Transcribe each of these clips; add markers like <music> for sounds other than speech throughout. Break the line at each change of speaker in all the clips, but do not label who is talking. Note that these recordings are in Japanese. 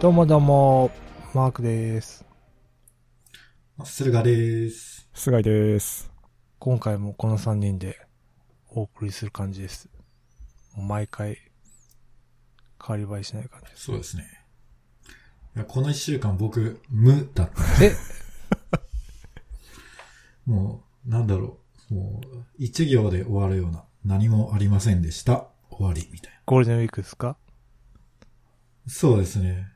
どうもどうも、マークです。
駿河です。
菅井です。
今回もこの3人でお送りする感じです。もう毎回、変わり映えしない感じです。
そうですね。いやこの一週間僕、無だった。
え
<laughs> もう、なんだろう。もう、一行で終わるような、何もありませんでした。終わり、みたい
ゴールデンウィークですか
な。そうですね。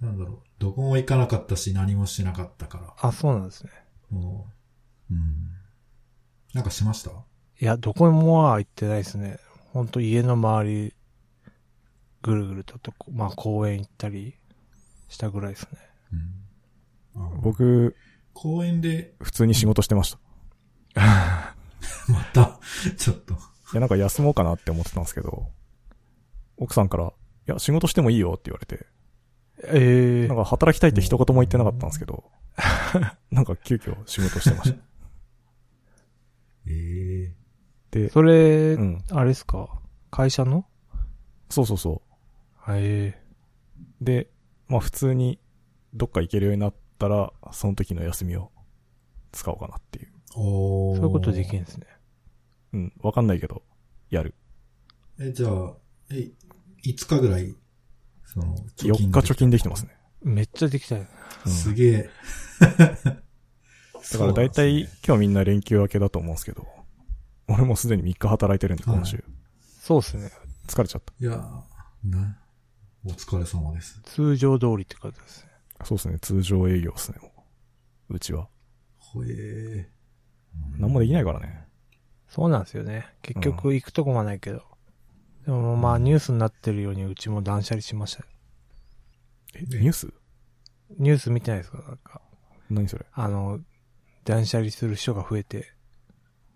なんだろう。どこも行かなかったし、何もしなかったか
あ、そうなんですね。
ら。もう、うん。なんかしました
いや、どこもは行ってないですね。ほんと家の周り、ぐるぐるとと、まあ公園行ったりしたぐらいですね。
うん。あ
僕、
公園で、
普通に仕事してました。い
また、ちょっと。
や、なんか休もうかなって思ってたんですけど、奥さんから、いや、仕事してもいいよって言われて、
ええ
なんか働きたいって一言も言ってなかったんですけ <laughs> ど、なんか急遽仕事してました。
ええ
で、
それ、
うん。
あれですか会社の
そうそうそ
ええ
う。で、まあ普通にどっか行けるようになったら、その時の休みを使おうかなっていう。
おー
そういうことできるんですね。
うん、わかんないけど、やる。
え、じゃあ、え、5日ぐらい、その、
4日貯金できてます
ね。
ね。
めっちゃできたよね。
うん
すげえ。
<laughs> だから大体、今日みんな連休明けだと思うんですけど、俺もすでに3日働いてるんで、今週。
そうですね。
疲れちゃった。
いやーな、お疲れ様です。
通常通りって感じですね。
そうですね、通常営業ですね、もう。うちは。
ほえー。
何もできないからね。
そうなんですよね。結局行くとこもないけど。でもまあニュースになってるようにうちも断捨離しましたよ。
え、
ね
ニュース
ニュース見てないですかなんか。
何それ
あの、断捨離する人が増えて、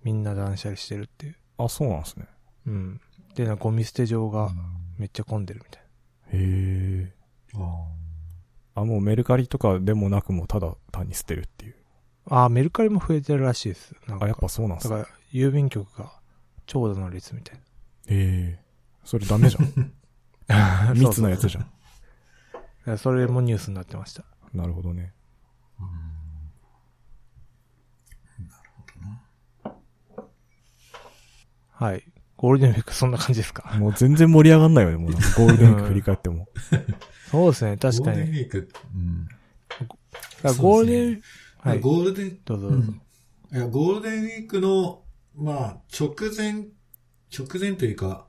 みんな断捨離してるっていう。
あ、そうなんですね。
うん。で、なんかゴミ捨て場がめっちゃ混んでるみたい
へえ。
あー
あ、もうメルカリとかでもなくもうただ単に捨てるっていう。
な。ああ、メルカリも増えてるらしいです。なんか
あ、やっぱそうなんす
だ
ね。
から、郵便局が長蛇の列みたい
へえ。それダメじゃ
な。
<laughs> ん。密なやつじゃん。
ゃん。それもニュースになってました。
なるほどね。
はい。ゴールデンウィークそんな感じですか。
<laughs> もう全然盛り上がんないよね、 <laughs> もうなんかゴールデンウィーク振り返っても。
そうですね、確か
ゴールデン
に。
ウィーク、う
だ
ん。
からゴールデン、
そうですね
はい。
ゴールデン、
どうぞどうぞ。
いや、ゴールデンウィークの、まあ、直前、直前というか、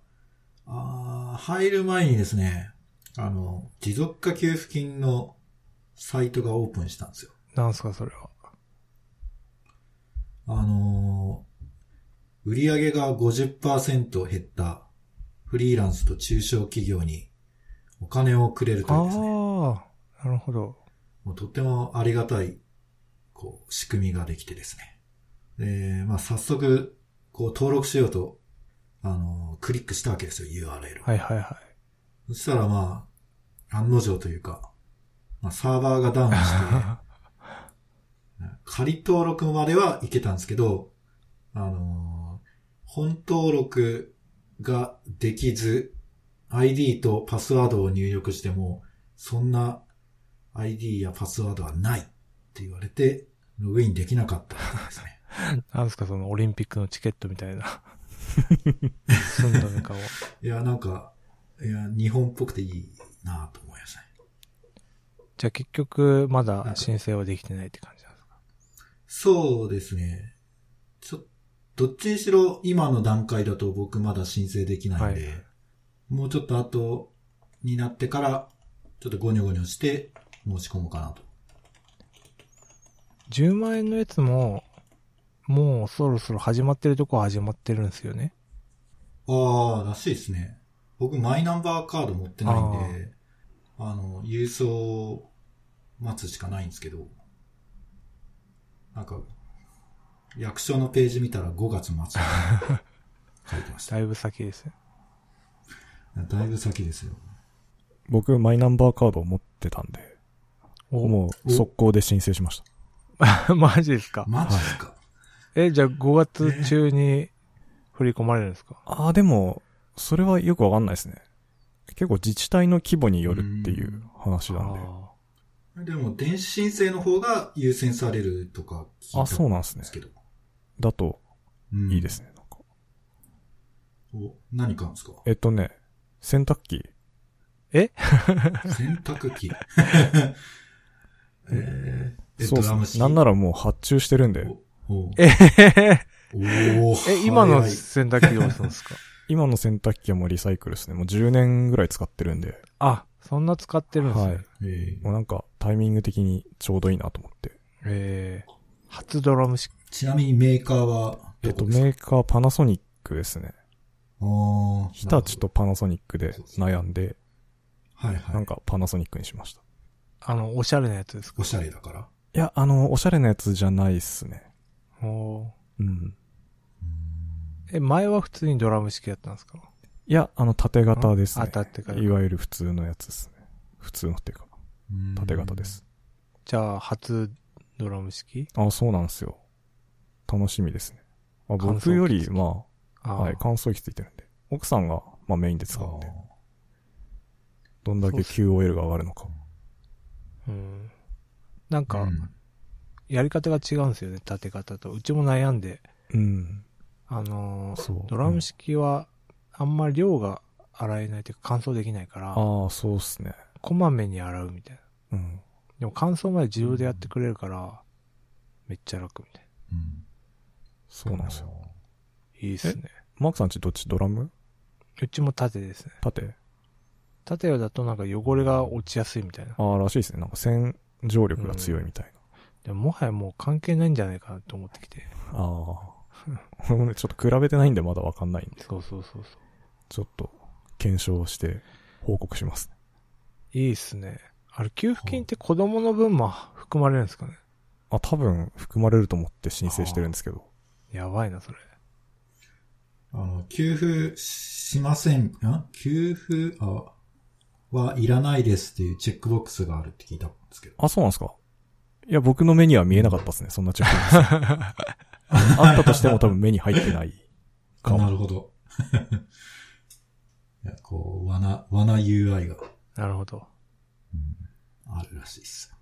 あー入る前にですね、あの、持続化給付金のサイトがオープンしたんですよ。
なんすか、それは。
あのー売上が50%減ったフリーランスと中小企業にお金をくれるというですね、
ああ、なるほど。
もうとてもありがたい、こう、仕組みができてですね。で、まあ早速、こう登録しようと、あのークリックしたわけですよ、URL を。
はいはいは
そしたらまあ、案の定というか、まあサーバーがダウンして、 <laughs> 仮登録まではいけたんですけど、あのー本登録ができず、ID とパスワードを入力しても、そんな ID やパスワードはないって言われて、ログインできなかったんですね。
い。なんすか、そのオリンピックのチケットみたい
<laughs>
な。住んだのかを。
いや、なんか、いや、日本っぽくていいなと思いましたね。
じゃあ結局、まだ申請はできてないって感じなんですか。
そうですね。ちょ、どっちにしろ今の段階だと僕まだ申請できないんで、
はい
もうちょっと後になってから、ちょっとゴニョゴニョして申し込もうかなと。
10万円のやつも、もうそろそろ始まってるとこは始まってるんですよね。
ああ、らしいですね。僕マイナンバーカード持ってないんで、あの、郵送を待つしかないんですけど、なんか、役所のページ見たら5月末まで書いて
<laughs>
ました。
だいぶ先ですね。
だいぶ先ですよ。
<laughs> 僕、マイナンバーカードを持ってたんで、
お、
もう速攻で申請しまし
<laughs>
た。
マジですか。
マジですか、
え、じゃあ5月中に振り込まれるんですか
あー、でも、それはよくわかんないですね。結構自治体の規模によるっていう話なんで。
あ
でも、電子申請の方が優先されるとか聞いた
あ、そうなんです
ん
ね
です。けど。
だと
うん
いいで。すね。なんか
お何買うんですか
えっとね、洗濯機。
洗濯
<laughs>
機。えー、
そう
ドラム
っす
式。
ね。なんならもう発注してるんで、
おう
ーえへへ
おー
え、今の
早い
洗濯機どうしたんですか
今の洗濯機はもうリサイクルですね。もう10年ぐらい使ってるんで。
あ、そんな使ってるんですね。
はい。
えー
もうなんかタイミング的にちょうどいいなと思って。
えー、初ドラム式。
ちなみにメーカーは
え
ど
っと、
こですか、
メーカーパナソニックですね。
あー
日立。とパナソニックで悩んで、
なるほどはい
な
は
ん
い。
かパナソニックにしました。
あの、おしゃれなやつですか
おしゃれだから。
いや、あの、おしゃれなやつじゃないっすね。
おー
うん。
え、前は普通にドラム式やったんですか
いや、あの、縦型です
あ
ね。
たってか
いわゆる普通のやつですね。普通のっていうか、
うん
縦型で。す。
じゃあ、初ドラム式
あ、そうなんですよ。楽しみですね。まあ、
乾燥機
僕より、ま
あ
あ、
ー
はい、乾燥機ついてるんで。奥さんが、まあ、メインで使うんで
あー。
どんだ
そ
け
うっす
QOL が上がるのか。
うん。なん
う
か、
ん
やり方が違うんですよね、縦型と。うちも悩んで。
うん。
あのー
そう。
ドラム
式、
式は、あんまり量が洗えないというか乾燥できないから、
ああ、そうっすね。
こまめに洗うみたいな。
うん。
でも乾燥まで自動でやってくれるから、めっちゃ楽みたい
うん
そうなんですよ。
な。いいっすね。
マークさんちどっちドラム
うちも縦ですね。
縦
縦だとなんか汚れが落ちやすいみたいな。
ああ、らしいですね。なんか洗浄力が強いみたい
でももはやもう関係ないんじゃないかなと思ってきて。
な。ああ。俺も <laughs> ね、ちょっと比べてないんでまだわかんないんで、
そうそうそうそ
ちょっと検証して報告します。
う。いいっすね。あれ、給付金って子供の分も含まれるんですかね
あ、多分含まれると思って申請してるんですけど。
やばいな、それ。
あの、給付しません、ん給付あはいらないですっていうチェックボックスがあるって聞いたんですけど。
あ、そうなんですかいや、僕の目には見えなかったですね。そんなチ
<laughs>
ェックボックスあったとしても多分目に入ってない。か
なるほど。 <laughs> いやこう、罠、罠 UI が
なるほど。
あるらしいっす。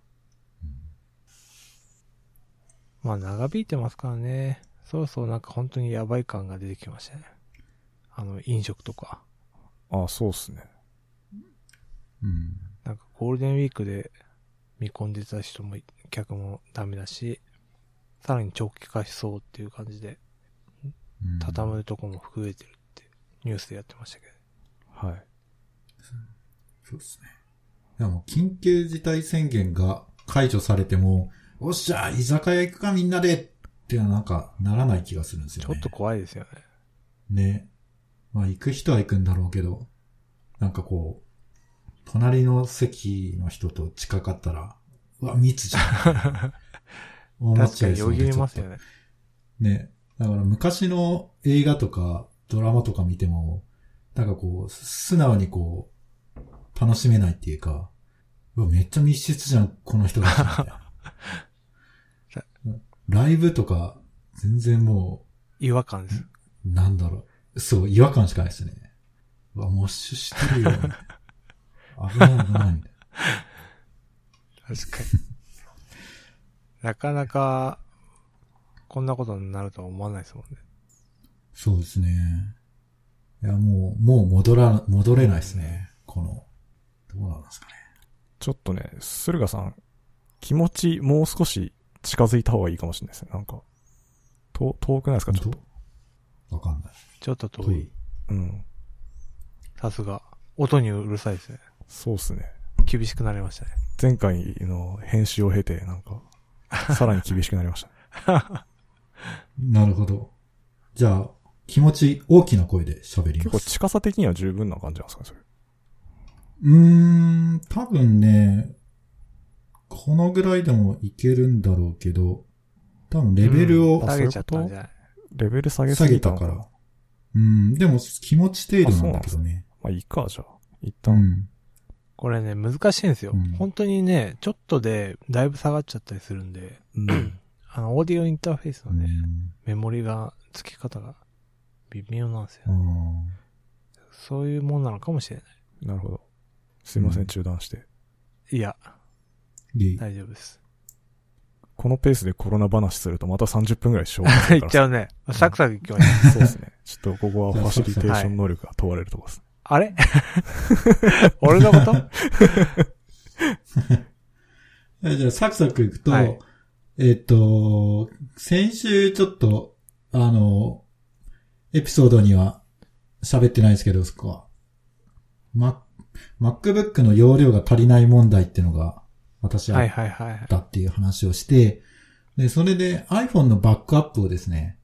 まあ、長引いてますからね。そろそろなんか本当にやばい感が出てきましたね。あの、飲食とか。
あ、そうっすね。
うん。
なんかゴールデンウィークで見込んでた人もい、客もダメだし、さらに長期化しそうっていう感じで、
うん
畳むとこも増えてるってニュースでやってましたけど。
はい。
そうですね。でも、緊急事態宣言が解除されても、おっしゃ、居酒屋行くかみんなでっていうのはなんか、ならない気がするんですよ
ちょ
ね。
っと怖いですよね。
ね。まあ、行く人は行くんだろうけど、なんかこう、隣の席の人と近かったら、うわ、密じゃん。
<laughs>
思っ
確
ち
か
ゃい
に
そう
よ
で
ぎりますよね。
ね。だから昔の映画とかドラマとか見ても、なんかこう、素直にこう、楽しめないっていうか、うわ、めっちゃ密室じゃん、この人たちみたい
<laughs>
なライブとか、全然も
違和感です。
う、なんだろう。そう、違和感しかないですね。うわ、モッシュしてるよ。危ない危ないみたい
確かに。なかなか、こんなことになるとは思わないですもんね。
な。そうですね。いや、もう、もう戻ら、戻れないですね。この、どうなんですかね。
ちょっとね、駿河さん、気持ちもう少し近づいた方がいいかもしれないですね。なんか、と遠くないですか、ちょっと。
わかんない。
ちょっと
遠
遠い。
い。
うん。
さすが。音にうるさいですね。
そうっすね。
厳しくなりましたね。
前回の編集を経て、なんか、さらに厳しくなりました。
<laughs> なるほど。じゃあ、気持ち大きな声で喋り
結
ま
構
す。
近さ的には十分な感じなんですかね、それ。
うーん、多分ね、このぐらいでもいけるんだろうけど、多分レベル
うん
を
あ
下げちゃったんじゃない
レベル下げす
下げ
ぎた
た
の
から。うん、でも気持ち程度なんだけどね。
まあいいか、じゃあ。一
う
旦。
ん。
これね、難しいんですよ。
うん
本当にね、ちょっとでだいぶ下がっちゃったりするんで、
うん
あの、オーディオインターフェースのね、
うん
メモリが、付き方が微妙なんですよ、
あー
そういうもんなのかもしれない。
なるほど。すいませ
うん
ん、中断して。
いや、
いい
大丈夫です。
このペースでコロナ話するとまた30分ぐらい消耗
<laughs>
す
い
<laughs>
る
っ
か
ちゃ
ら。
うね。サクサクいきましょう。
そうですね。ちょっとここはファシリテーション能力が問われるとこ
<laughs>
です。
あれ <laughs> 俺のこと
えじゃあ、サクサクいくと、
はい
えっ、と、先週ちょっと、あの、エピソードには喋ってないですけど、そこは。マ、MacBook の容量が足りない問題ってのが、私は
は
あ
い
っ
はいはい。
たっていう話をして、で、それで iPhone のバックアップをですね、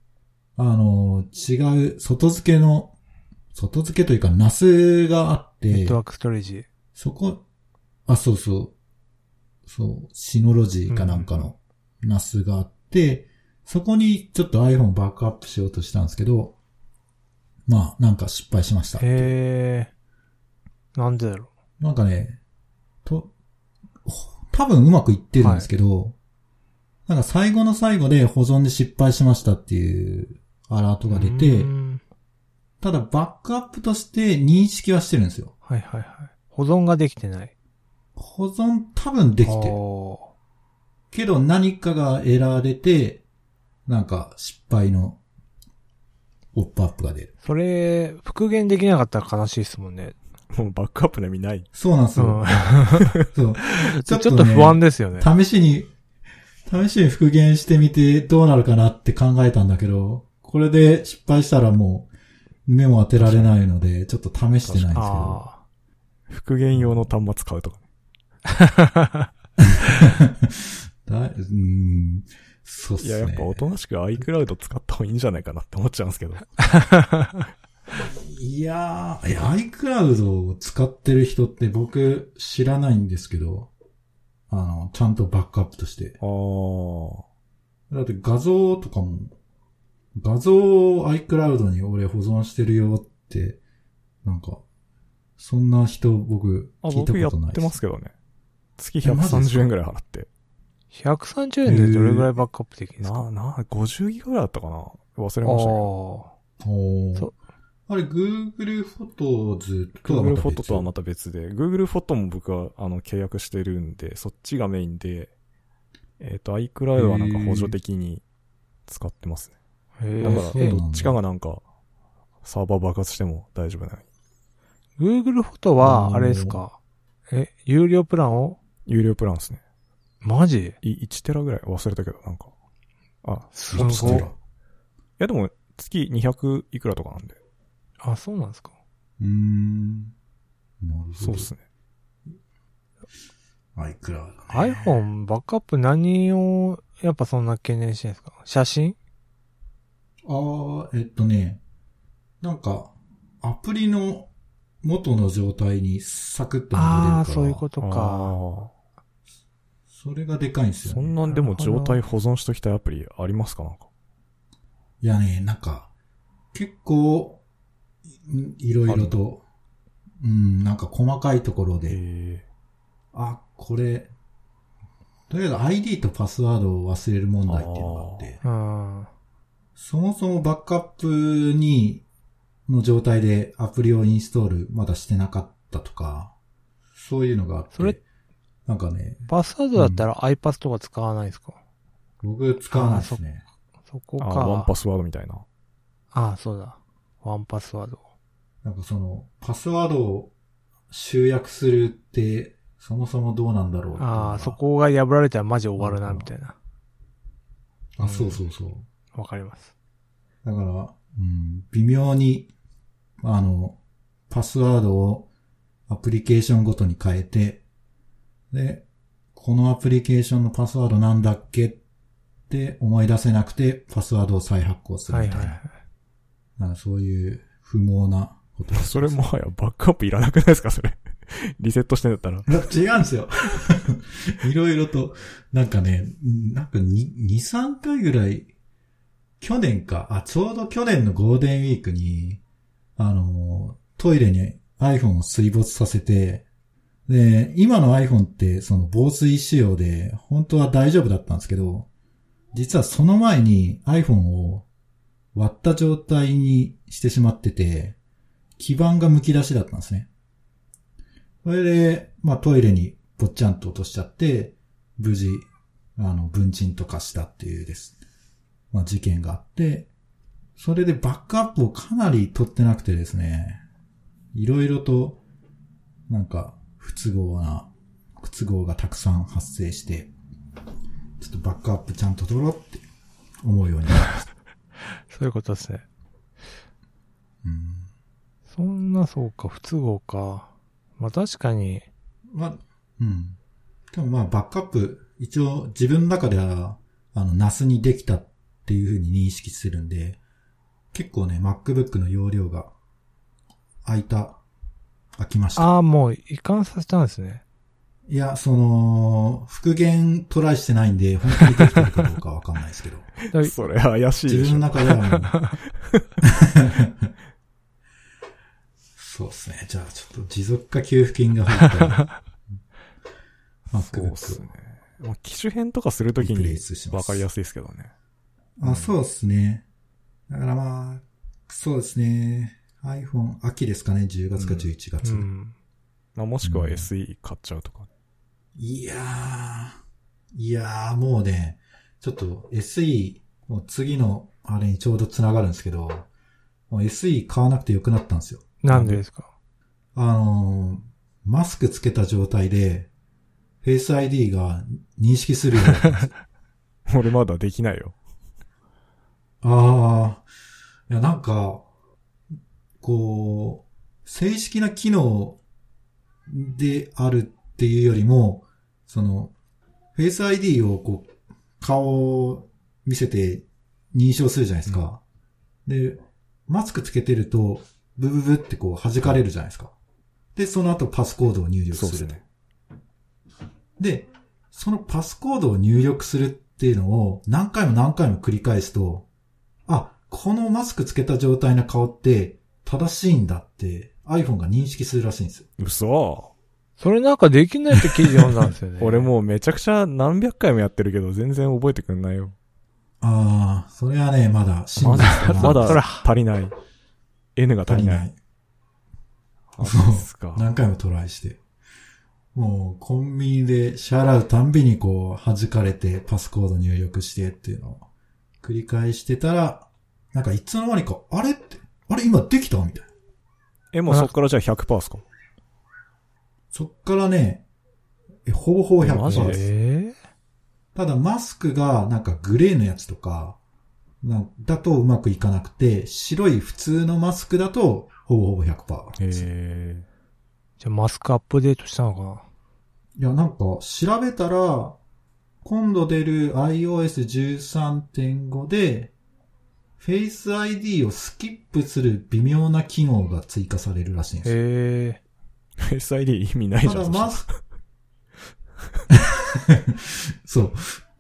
あの、違う、外付けの、外付けというか、NAS があって、
ネットワークストレージ。
そこ、あ、そうそう。そう、シノロジーかなんかのナスがあって、そこにちょっと iPhone バックアップしようとしたんですけど、まあ、なんか失敗しました。
へえ。なんでだろ
なんかね、と、ほ多分うまくいってるんですけど、なんか最後の最後で保存で失敗しましたっていうアラート
う。
が出
う
て
ー、ん
ただバックアップとして認識はしてるんですよ。
はいはいはい。保存ができてない。
保存多分できてる。
お
けど何かがエラー出て、なんか失敗のポップアップが出る。
ーそれ、復元できなかったら悲しいですもんね。
もうバックアップで見ない。
そうなんです
う
よ
ん。。
そ
<laughs>
う。
ちょっ
ちょっとね
と不安ですよね。
試しに、試しに復元してみてどうなるかなって考えたんだけど、これで失敗したらもう目も当てられないので、ちょっと試してないんですけど。
あ
復元用の端末買うとかね。
あ。
<laughs> だいうーん。そうっす
い
ね。
や、やっぱおとなしく iCloud 使った方がいいんじゃないかなって思っちゃうんですけど。
いやー、いや iCloud を使ってる人って僕知らないんですけど、あの、ちゃんとバックアップとして。
あー。
だって画像とかも、画像を iCloud に俺保存してるよって、なんか、そんな人僕
あ、
聞いた
僕や
こ
っ
とない
て
で
ますけどね。月
えマジです
130
か
円ぐらい払って。
130円でどれぐらいバックアップできるんですか
な、な、50ギガぐらいだったかな忘れましたけど。
お
おー
そう
あれ、Google フォトズとはまた
Google
別
フォトとはまた別で、Google フォトも僕は、あの、契約してるんで、そっちがメインで、えっ、と、iCloud はなんか補助的に使ってますね。
ーへ
だから、
そうなん
え
だ。
どっちかがなんか、サーバー爆発しても大丈夫なように
Google フォト
あ
は、
ー
あれですかえ、有料プランを
有料プランですね。
マジ
い1テラぐらい忘れたけど、なんか。あ、
す
ごい
そ
そうういやでも、月200いくらとかなんで。
あ、そうなんですか
うーん。なる
そ
ほ
う
ど
っ。すね。
iCloud ね。
iPhone バックアップ何を、やっぱそんな懸念してるんですか写真
ああ、えっとね、なんか、アプリの元の状態にサクッと戻れるから。
ああー、そういうことか。
それがでかいんですよ、
そ
ね。
んなんでも
なるほ
状
ど
態保存しときたいアプリありますかなんか。
いやね、なんか、結構、いいろいろと、うん、なんか細かいところで、
え
あ、これ、とりあえず ID とパスワードを忘れる問題っていうのがあって、
うん。
そもそもバックアップに、の状態でアプリをインストールまだしてなかったとか、そういうのがあって、
それ
なんかね、
パスワードだったら iPass とか使わないですか
僕使わないですね。
そこ
ー、
か。
あワンパスワードみたいな。
ああ、そうだ。ワンパスワード。
なんかその、パスワードを集約するって、そもそもどうなんだろうっていうのが
ああ、そ。こが破られたらマジ終わるな、みたいな。
あ、そうそうそう。
わかります。
だから、うん、微妙に、あの、パスワードをアプリケーションごとに変えて、で、このアプリケーションのパスワードなんだっけって思い出せなくて、パスワードを再発行する
は
みた
い
い
は
な。
いはい。
なんかそういう不毛なことが。
それもはやバックアップいらなくないですかそれ。 <laughs> リセットしてんだったら。
いや違うんですよ。いろいろと、なんかね、なんかに2、3回ぐらい、去年か、あ、ちょうど去年のゴールデンウィークに、あの、トイレに iPhone を水没させて、で、今の iPhone ってその防水仕様で、本当は大丈夫だったんですけど、実はその前に iPhone を割った状態にしてしまってて、基板が剥き出しだったんですね。それで、まあトイレにぽっちゃんと落としちゃって、無事、あの、文鎮とかしたっていうです。まあ事件があって、それでバックアップをかなり取ってなくてですね、いろいろと、なんか、不都合な、不都合がたくさん発生して、ちょっとバックアップちゃんと取ろうって思うようになりました。
そういうことですね。
うん
そんな、そうか、不都合か。まあ確かに、
まあ、うん。でもまあ、バックアップ、一応自分の中では、あの、ナスにできたっていうふうに認識してるんで、結構ね、MacBook の容量が、空いた、空きました。
ああ、もう移管させたんですね。
いや、その、復元トライしてないんで、本当にできてるかどうかわかんないですけど。
だから
それ怪しい
自
で
分
しょ。
の中ではもう。そうですね。じゃあ、ちょっと持続化給付金が入った。
そうっす
MacBook を
ね。まあ、機種変とかするとき
リプレ
に
イスしま
わ
す
かりやすいですけどね。
あ、そうですね。だからまあ、そうですね。iPhone 秋ですかね、10月か11月。
うん。
まあ、もしくは
うん
SE 買っちゃうとか。 <laughs>
いやー、いやーもうね、ちょっと SE、もう次のあれにちょうど繋がるんですけど、もう SE 買わなくてよくなったんですよ。
なんでですか
あのーマスクつけた状態で、フェイス ID が認識するようになったんですよ
俺まだできないよ。
ああ、いや、なんか、こう、正式な機能であるっていうよりも、その、フェイス ID をこう、顔を見せて認証するじゃないですか。で、マスクつけてると、ブブブってこう弾かれるじゃないですか。で、その後パスコードを入力す
そう
る
で
と。
すね。
で、そのパスコードを入力するっていうのを何回も何回も繰り返すと、あ、このマスクつけた状態の顔って正しいんだって iPhone が認識するらしいんですよ。
嘘
それなんかできないって記事読んだんですよ <laughs> ね。
俺もうめちゃくちゃ何百回もやってるけど、全然覚えてくんないよ。
ああ、それはね、まだ真実だな
ま
そら
だ足りない。N が
足
足
り
り
な
ない。
い。そ
あ
う
そうっすか。
何回もトライして。もう、コンビニで支払うたんびにこう、弾かれて、パスコード入力してっていうのを繰り返してたら、なんかいつの間にか、あれって、あれ今できたみたいな。
え、もうそっからじゃあ100%っすか
そっからね、えほぼほぼ
マジ
100%
で
です。
え
ただマスクがなんかグレーのやつとか、なんだとうまくいかなくて、白い普通のマスクだとほぼほぼ100%
へ
です。い
え。
じゃあマスクアップデートしたのかな
や、なんか調べたら、今度出る iOS13.5 で、Face ID をスキップする微妙な機能が追加されるらしいんですよ
え
<laughs> フェイス ID 意味ないじ
た
ゃん。
だ
そしたら
マスク。 <laughs> そう。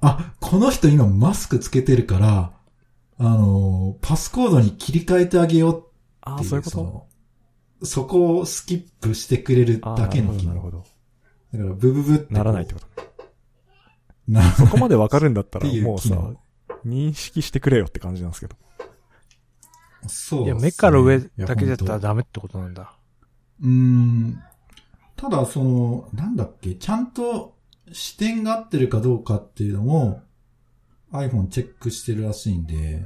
あ、この人今マスクつけてるから、あのーパスコードに切り替えてあげよう
あ
ってい
あ、
う。
そういうこと
のそこをスキップしてくれる
あー
だけの機
なる
能。
ほど。
だからブブブってこう。
ならないってことね。
な
そこまでわかるんだったら、
っていう
もうさ
機能、
認識してくれよって感じなんですけど。
そう
えいや、
っすね、
目から上だけだった
いや
らダメってことなんだ。
うーんただ、その、なんだっけ、ちゃんと視点が合ってるかどうかっていうのも iPhone チェックしてるらしいんで、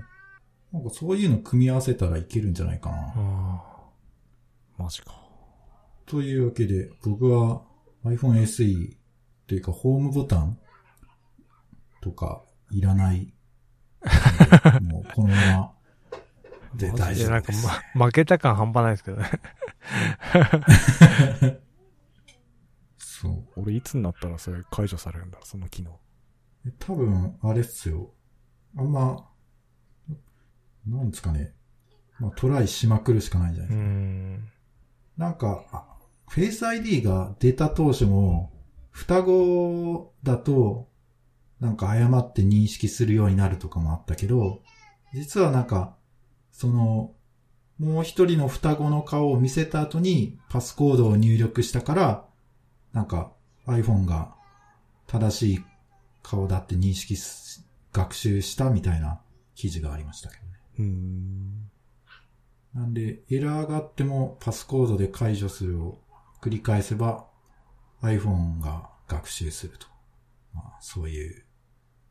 なんかそういうの組み合わせたらいけるんじゃないかな。
あ
マジか。
というわけで、僕は iPhone SE というかホームボタンとかい
<laughs>
らない。もうこのままで
あ。
大
い
丈
や、な
夫
ん
で
か、
す。
ま、負けた感半端ないですけどね。
そう。
俺いつになったらそれ解除されるんだろう、その機能。
え多分、あれっすよ。あんま、なんですかね。まあ、トライしまくるしかないんじゃないうですか。
ん。
なんか、あフェイス ID が出た当初も、双子だと、なんか誤って認識するようになるとかもあったけど、実はなんか、その、もう一人の双子の顔を見せた後にパスコードを入力したから、なんか iPhone が正しい顔だって認識す学習したみたいな記事がありましたけどね。
うーん。
なんで、エラーがあってもパスコードで解除するを繰り返せば iPhone が学習すると。まあ、そういう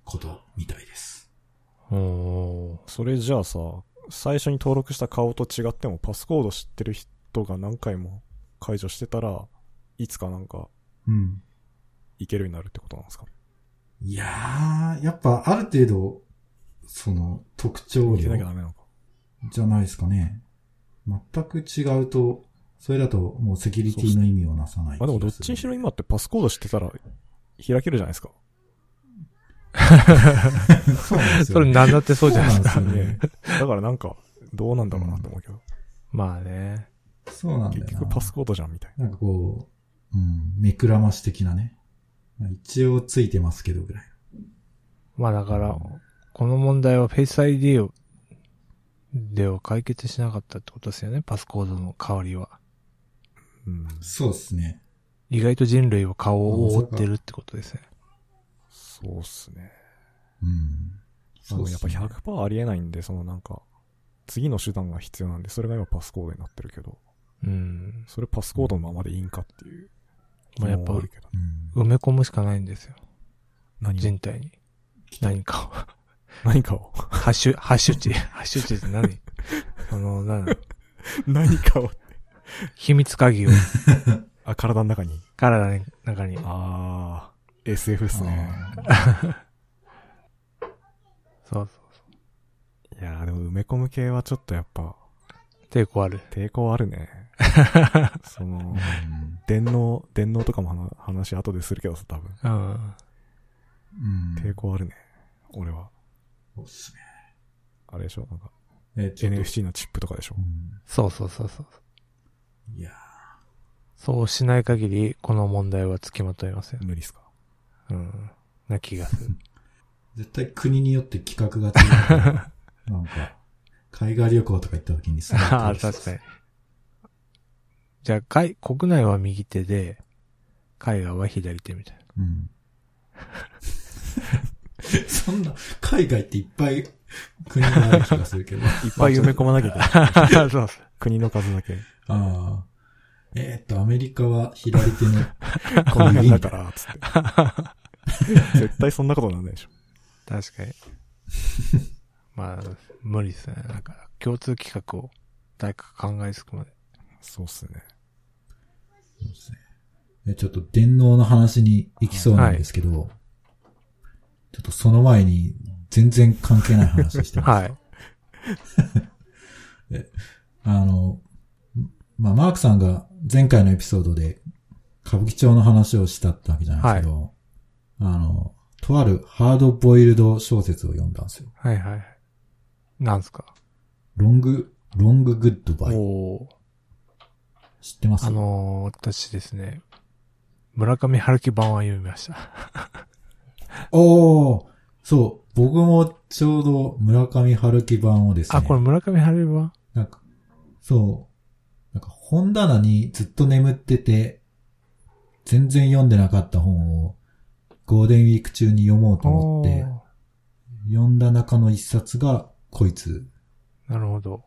ことみたいです。
おー
それじゃあさ、最初に登録した顔と違ってもパスコード知ってる人が何回も解除してたら、いつかなんか
うん。
いけるようになるってことなんですか
いやー、やっぱある程度、その特徴
いけなきゃダ
量
メなのか。
じゃないですかね。全く違うと、それだともうセキュリティの意味をなさない。
まあでもどっちにしろ今ってパスコード知ってたら開けるじゃないですか。
<laughs> そうなんです
そ
よ
れ
ね。
何だってそうじゃないですか。
か。そうなんですよ
ね
ね。
だからなんか、どうなんだろうなと思うけど。
まあね。
そうなんだよ
結
な
局パスコードじゃんみたい
なんかこう、うん、目くらまし的なね。まあ一応ついてますけどぐらい。
まあだから、この問題は Face ID を、では解決しなかったってことですよね。パスコードの代わりは。
な。うん。
そうですね。
意外と人類は顔を覆ってるってことですね。
そうっすね。
うん。
あのやっぱ
ね
100%ありえないんで、そのなんか、次の手段が必要なんで、それが今パスコードになってるけど、
うん。
それパスコードのままでいいんかっていう。
まあやっぱ
疑問はあるけど
うん
埋め込むしかないんですよ。
何を
人体に。何かを。 <laughs>
何かを。
ハッシュ、ハッシュ
<laughs>
値。ハッシュ値って何あの、なんだろう
何かを。
秘密
<laughs>
鍵を
あ、体の中に。
体の中に。
あー、SF っすね。
あー
そうそ
いやー、でも埋め込む系はちょっとやっぱ、
う。抵抗ある。
抵抗あるね。その、電脳、電脳とかも話話後でするけどさ、多分。
うん。
うん。うん
抵。抗あるね。俺は。
そうっすね。
あれでしょなんか、
え、ちょっと。
NFC のチップとかでしょ
うん
そうそうそうそう。
いや
そうしない限り、この問題はつきまといません。
無理っすか
うん。な気がす
<laughs>
る。
絶対国によって企画が違うから。なんか、海外旅行とか行った時にそ
ああ、確かに。。じゃあ、海、国内は右手で、海外は左手みたいな。
うん。 <laughs> そんな、海外っていっぱい国がある気がするけど。
いっぱい埋め込まなきゃいけな
<laughs>
い。
そうそう。
国の数だけ。
ああ。えーっと、アメリカは左
<laughs>
手の、
こんなんだ <laughs> から、つって。絶対そんなことなんないでしょ。
確かに。 <laughs> まあ、無理ですね。だから、共通企画を誰か考えつくまで。
そうっすね。
そうですね。えちょっと電脳の話に行きそうなんですけど、ちょっとその前に全然関係ない話してます。
<laughs> はい。
あの、まあ、マークさんが前回のエピソードで歌舞伎町の話をしたってわけじゃないですけど、あの、とあるハードボイルド小説を読んだんですよ。
はいはいはい。なんすか、
ロング、ロンググッドバイ。
おー
知ってます
あのー、私ですね、村上春樹版は読みました。
おーそう、僕もちょうど村上春樹版をですね。
あ、これ村上春樹版
なんか、そう。なんか本棚にずっと眠ってて、全然読んでなかった本をゴールデンウィーク中に読もうと思って、
お
読んだ中の一冊がこいつ。
ーなるほど。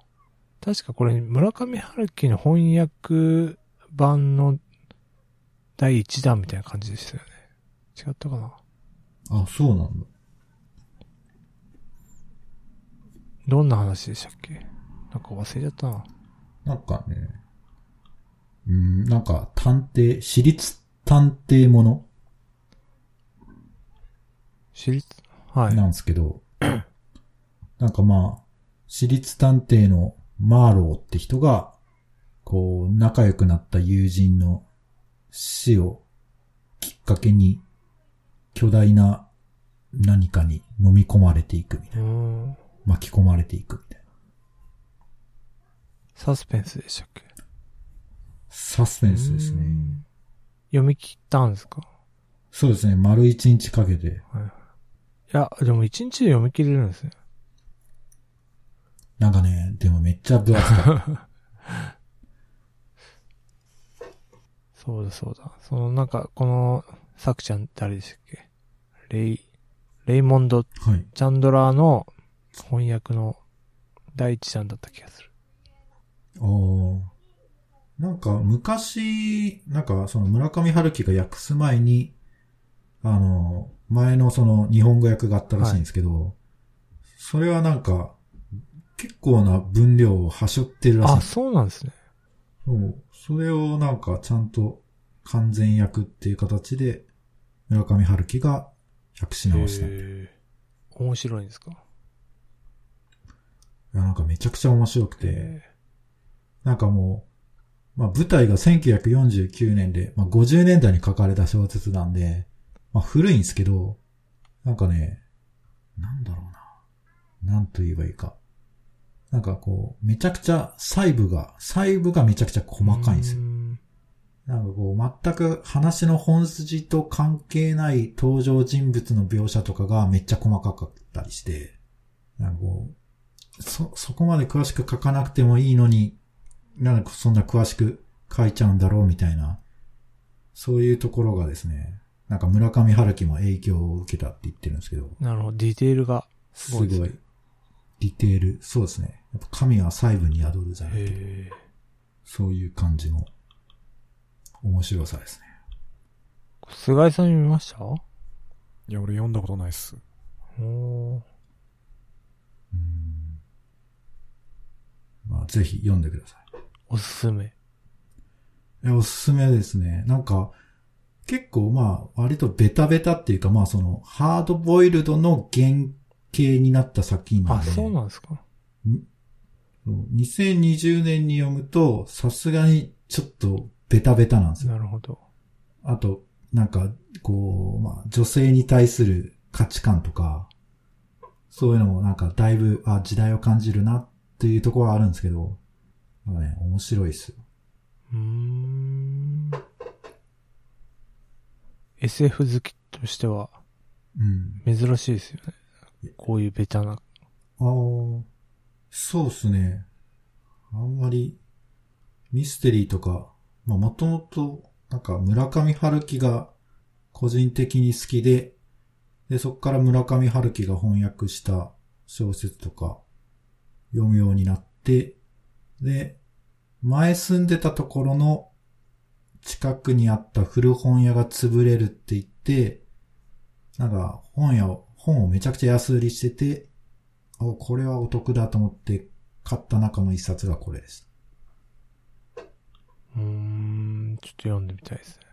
確かこれ、村上春樹の翻訳版の第1弾みたいな感じでしたよね。違ったかな
あ、そうなんだ。
どんな話でしたっけなんか忘れちゃったな。
なんかね、うーん、なんか探偵、私立探偵もの
私立はい。
なんですけど、 <clears throat> なんかまあ、私立探偵のマーローって人が、こう、仲良くなった友人の死をきっかけに、巨大な何かに飲み込まれていくみたいうな。
ーん。
巻き込まれていくみたいな。
サスペンスでしたっけ
サスペンスですね
う。ん読み切ったんですか
そうですね。丸一日かけて、
いや、でも一日で読み切れるんです
<laughs>
ね。
なんかね、でもめっちゃ分厚かった。
そうだそうだ。そのなんか、この作者誰でしたっけレイ、レイモンド・チ <laughs>
はい。
ャンドラーの翻訳の第一弾だった気がする。
おー。なんか昔、なんかその村上春樹が訳す前に、あの、前のその日本語訳があったらしいんですけど、それはなんか、結構な分量をはしょってるらしい
あ、
んです
そうなんですね。
そう。それをなんかちゃんと完全訳っていう形で、村上春樹が訳し直した。い
へー面白いんですか
や、なんかめちゃくちゃ面白くて、
へ
なんかもう、まあ舞台が1949年で、まあ50年代に書かれた小説なんで、まあ古いんですけど、なんかね、なんだろうな。なんと言えばいいか。なんかこう、めちゃくちゃ細部が、細部がめちゃくちゃ細
ー
かいんですよ
う。ん
なんかこう、全く話の本筋と関係ない登場人物の描写とかがめっちゃ細かかったりして、なんかこう、そ、そこまで詳しく書かなくてもいいのに、なんかそんな詳しく書いちゃうんだろうみたいな、そういうところがですね、なんか村上春樹も影響を受けたって言ってるんですけど、
なるほど、ディテールが。
す
ご
ご
い
い
ですね、
ディテール、そうですね。やっぱ神は細部に宿るじゃないけ
へ
ど
ー
そういう感じの面白さですね。
菅井さん見ました
いや、俺読んだことないっす。
おー
うんまあ、ぜひ読んでくださ
おすすめ。
い。いやおすすめですね。なんか、結構まあ、割とベタベタっていうか、まあその、ハードボイルドの原型になった作品な
あ、
んで、
そうなんですか
2020年に読むと、さすがにちょっとベタベタなんですよ。
なるほど。
あと、なんか、こう、まあ、女性に対する価値観とか、そういうのもなんかだいぶ、あ、時代を感じるなっていうところはあるんですけど、なんかね、面白いですよ。
うーん。SF 好きとしては
うん。
珍しいですよね。こういうベタな。
ああ、そうっすね。あんまり、ミステリーとか、まあもともと、なんか村上春樹が個人的に好きで、で、そっから村上春樹が翻訳した小説とか読むようになって、で、前住んでたところの近くにあった古本屋が潰れるって言って、なんか本屋を、本をめちゃくちゃ安売りしてて、お、これはお得だと思って買った中の一冊がこれです。
うーん、ちょっと読んでみたいですね。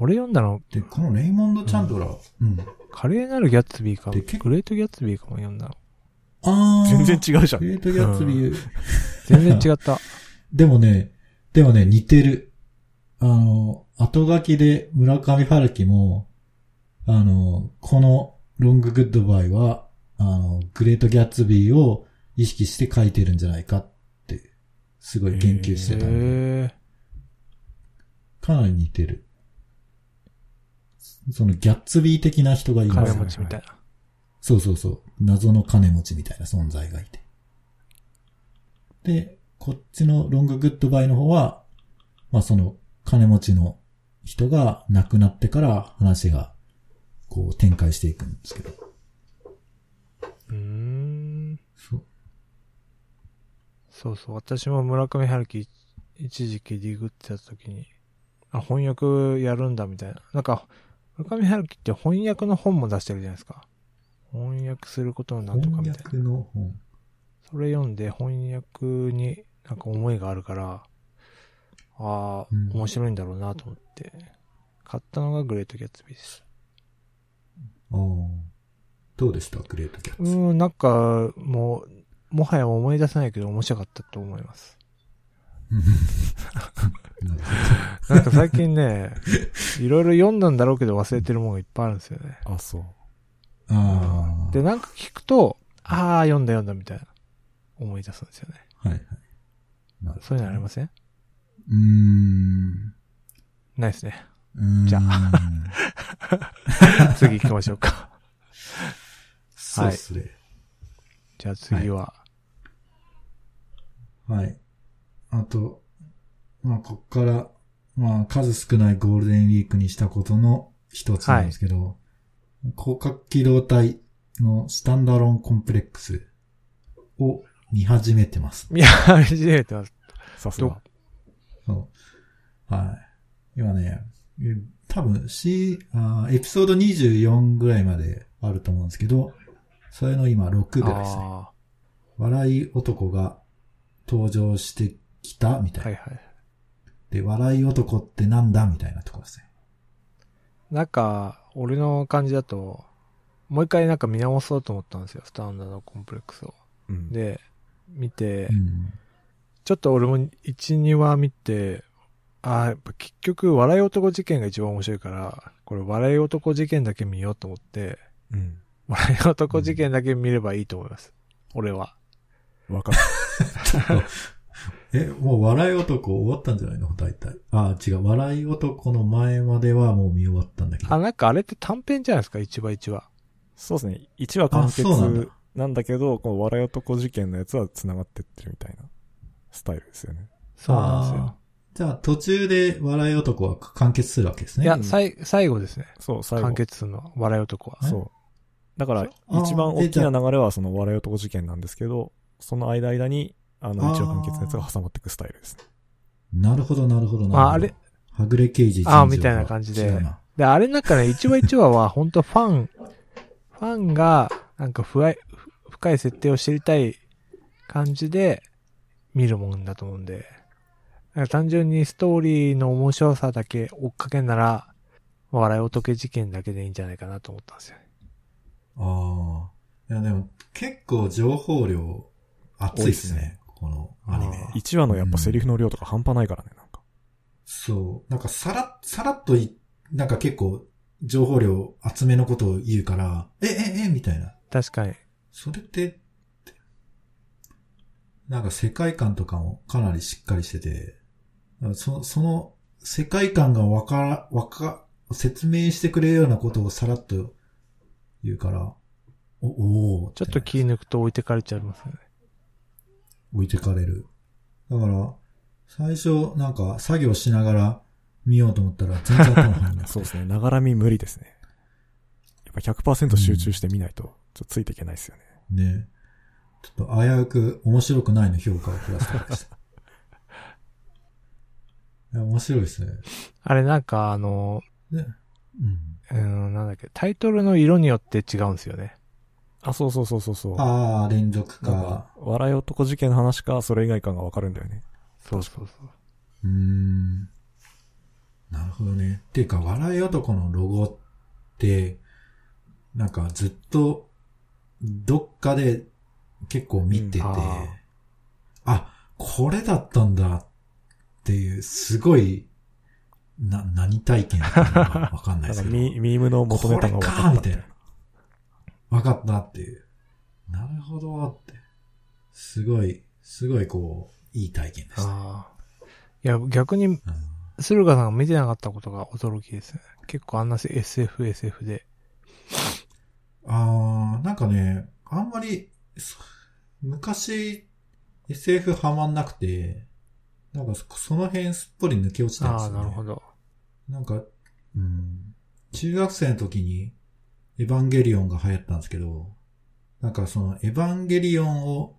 俺読んだの、
で、このレイモンド・チャンドラー、うん。
華麗なるギャッツビーか、
で結構
グレートギャッツビーかも読んだの。
あ
全然違うじゃ
グ
ん。
レート・ギャッツビー。
全然違った。
でもね、でもね、似てる。あの、後書きで村上春樹も、あの、このロング・グッド・バイは、あの、グレート・ギャッツビーを意識して書いてるんじゃないかって、すごい言及 <laughs> してたんで。
へ
かなり似てる。そのギャッツビー的な人がい
ー
ま
金
す。
持ちみたいな。
そうそうそう。謎の金持ちみたいな存在がいて。で、こっちのロンググッドバイの方は、まあその金持ちの人が亡くなってから話がこう展開していくんですけど。
うーん。
そう。
そうそう。私も村上春樹、一時期ディグってた時に、あ、翻訳やるんだみたいな。なんか、村上春樹って翻訳の本も出してるじゃないですか。翻訳することのなんとかみ
翻
たいな。
訳の本。
それ読んで翻訳になんか思いがあるから、ああ、
うん
面白いんだろうなと思って、買ったのがグレートギャッツビーです。
ああ。どうでしたグレートキャッツ。
うん、なんか、もう、もはや思い出せないけど面白かったと思います。
なるほ
なんか最近ね、いろいろ読んだんだろうけど忘れてるものがいっぱいあるんですよね。
<laughs> あ、そう。
ど <laughs> あ
で、なんか聞くと、ああ、読んだ読んだみたいな、思い出すんですよね。
あ。はいはい。なるほど
そういうのありません
うーん。
ないですね。 <laughs> じ
じ <laughs>
ゃあ。次行きましょうか。
そうっすね。
じゃあ次は、
はい。あと、まあ、こっから、まあ、数少ないゴールデンウィークにしたことの一つなんですけど、広角機動隊のスタンダローンコンプレックスを見始めてます。
見始めてます。
さすが。
そう。はい。今ね、え多分 C、あーエピソード24ぐらいまであると思うんですけど、それの今6ぐらいですね。
あ
笑い男が登場してきたみた
あ、
いな。
はいはい。
で、笑い男ってなんだみたいなところですね。
なんか、俺の感じだと、もう一回なんか見直そうと思ったんですよ、スタンダードコンプレックスを。
うん。
で、見て、
うん。
ちょっと俺も1、2話見て、ああ、やっぱ結局、笑い男事件が一番面白いから、これ笑い男事件だけ見ようと思って、
うん。
笑い男事件だけ見ればいいと思います。俺は。
わかる。
え、もう笑い男終わったんじゃないの大体。あー、違う。笑い男の前まではもう見終わったんだけど。
あ、なんかあれって短編じゃないですか、1話1話。
<laughs> そうですね。1話完結
あそうなんだ
なんだけど、この笑い男事件のやつは繋がってってるみたいなスタイルですよね。
そうなんですよ。
じゃあ途中で笑い男は完結するわけですね。
いや、さい最後ですね。
そう、最後
完。結するのは、笑い男は。
そう。だから、
あー
一番大きな流れはその笑い男事件なんですけど、その間々に、あの、一話完結のやつが挟まっていくスタイルですね。
なるほど、なるほど、なるほど。
まあ、あれ、
はぐれ刑事
あーみたいな感じで
違うな
で、あれなんかね、一話一話は、本当ファン、ファンが、なんか不愛、ふ深い設定を知りたい感じで見るもんだと思うんで、なんか単純にストーリーの面白さだけ追っかけんなら、笑いおとけ事件だけでいいんじゃないかなと思ったんですよね。
ああ。いや、でも、結構情報量、熱いですね。このアニメ。
あー
1話のやっぱセリフの量とか半端ないからね、なんか。
そう。なんか、さら、さらっとい、なんか結構、情報量厚めのことを言うから、え、え、え、みたいな。
確かに。
それって、なんか世界観とかもかなりしっかりしてて、そその世界観がわから、わか、説明してくれるようなことをさらっと言うから、お、おー
ちょっと気
て
抜くと置いてかれちゃいますよね。
置いてかれる。だから、最初なんか作業しながら見ようと思ったら全然頭入ん
<laughs>
ない。
そうですね。ながら見無理ですね。やっぱ100%集中して見ないと、ちょっとついていけないですよね。
ねちょっと危うく面白くないの評価を下すか
<laughs>
らです。いや面白いですね。
あれなんか、あの、
ね。うん。
うん、なんだっけ、タイトルの色によって違うんですよね。
あ、そうそうそうそうそう。
ああ、連続
なん
か
か。、笑い男事件の話か、それ以外かがわかるんだよね。
そうそうそう。
うーん。なるほどね。っていうか、笑い男のロゴって、なんかずっと、どっかで結構見てて、
うんあー
あ、これだったんだっていう、すごい、な、何体験っていうのかわかんないで
なん
す
か
けど。
ミ、ミームの元ネタが分かったみたいな。
わかったっていう。なるほどって。すごい、すごいこう、いい体験でした。
ああ。いや、逆に
うん
駿河さんが見てなかったことが驚きですね。結構あんな SF、SF で。
あー、なんかね、あんまり、そ昔、SF ハマんなくて、なんかそその辺すっぽり抜け落ちたんで
あ
す
あ、
よ、ね。
なるほど。
なんか、うん、中学生の時に、エヴァンゲリオンが流行ったんですけど、なんかその、エヴァンゲリオンを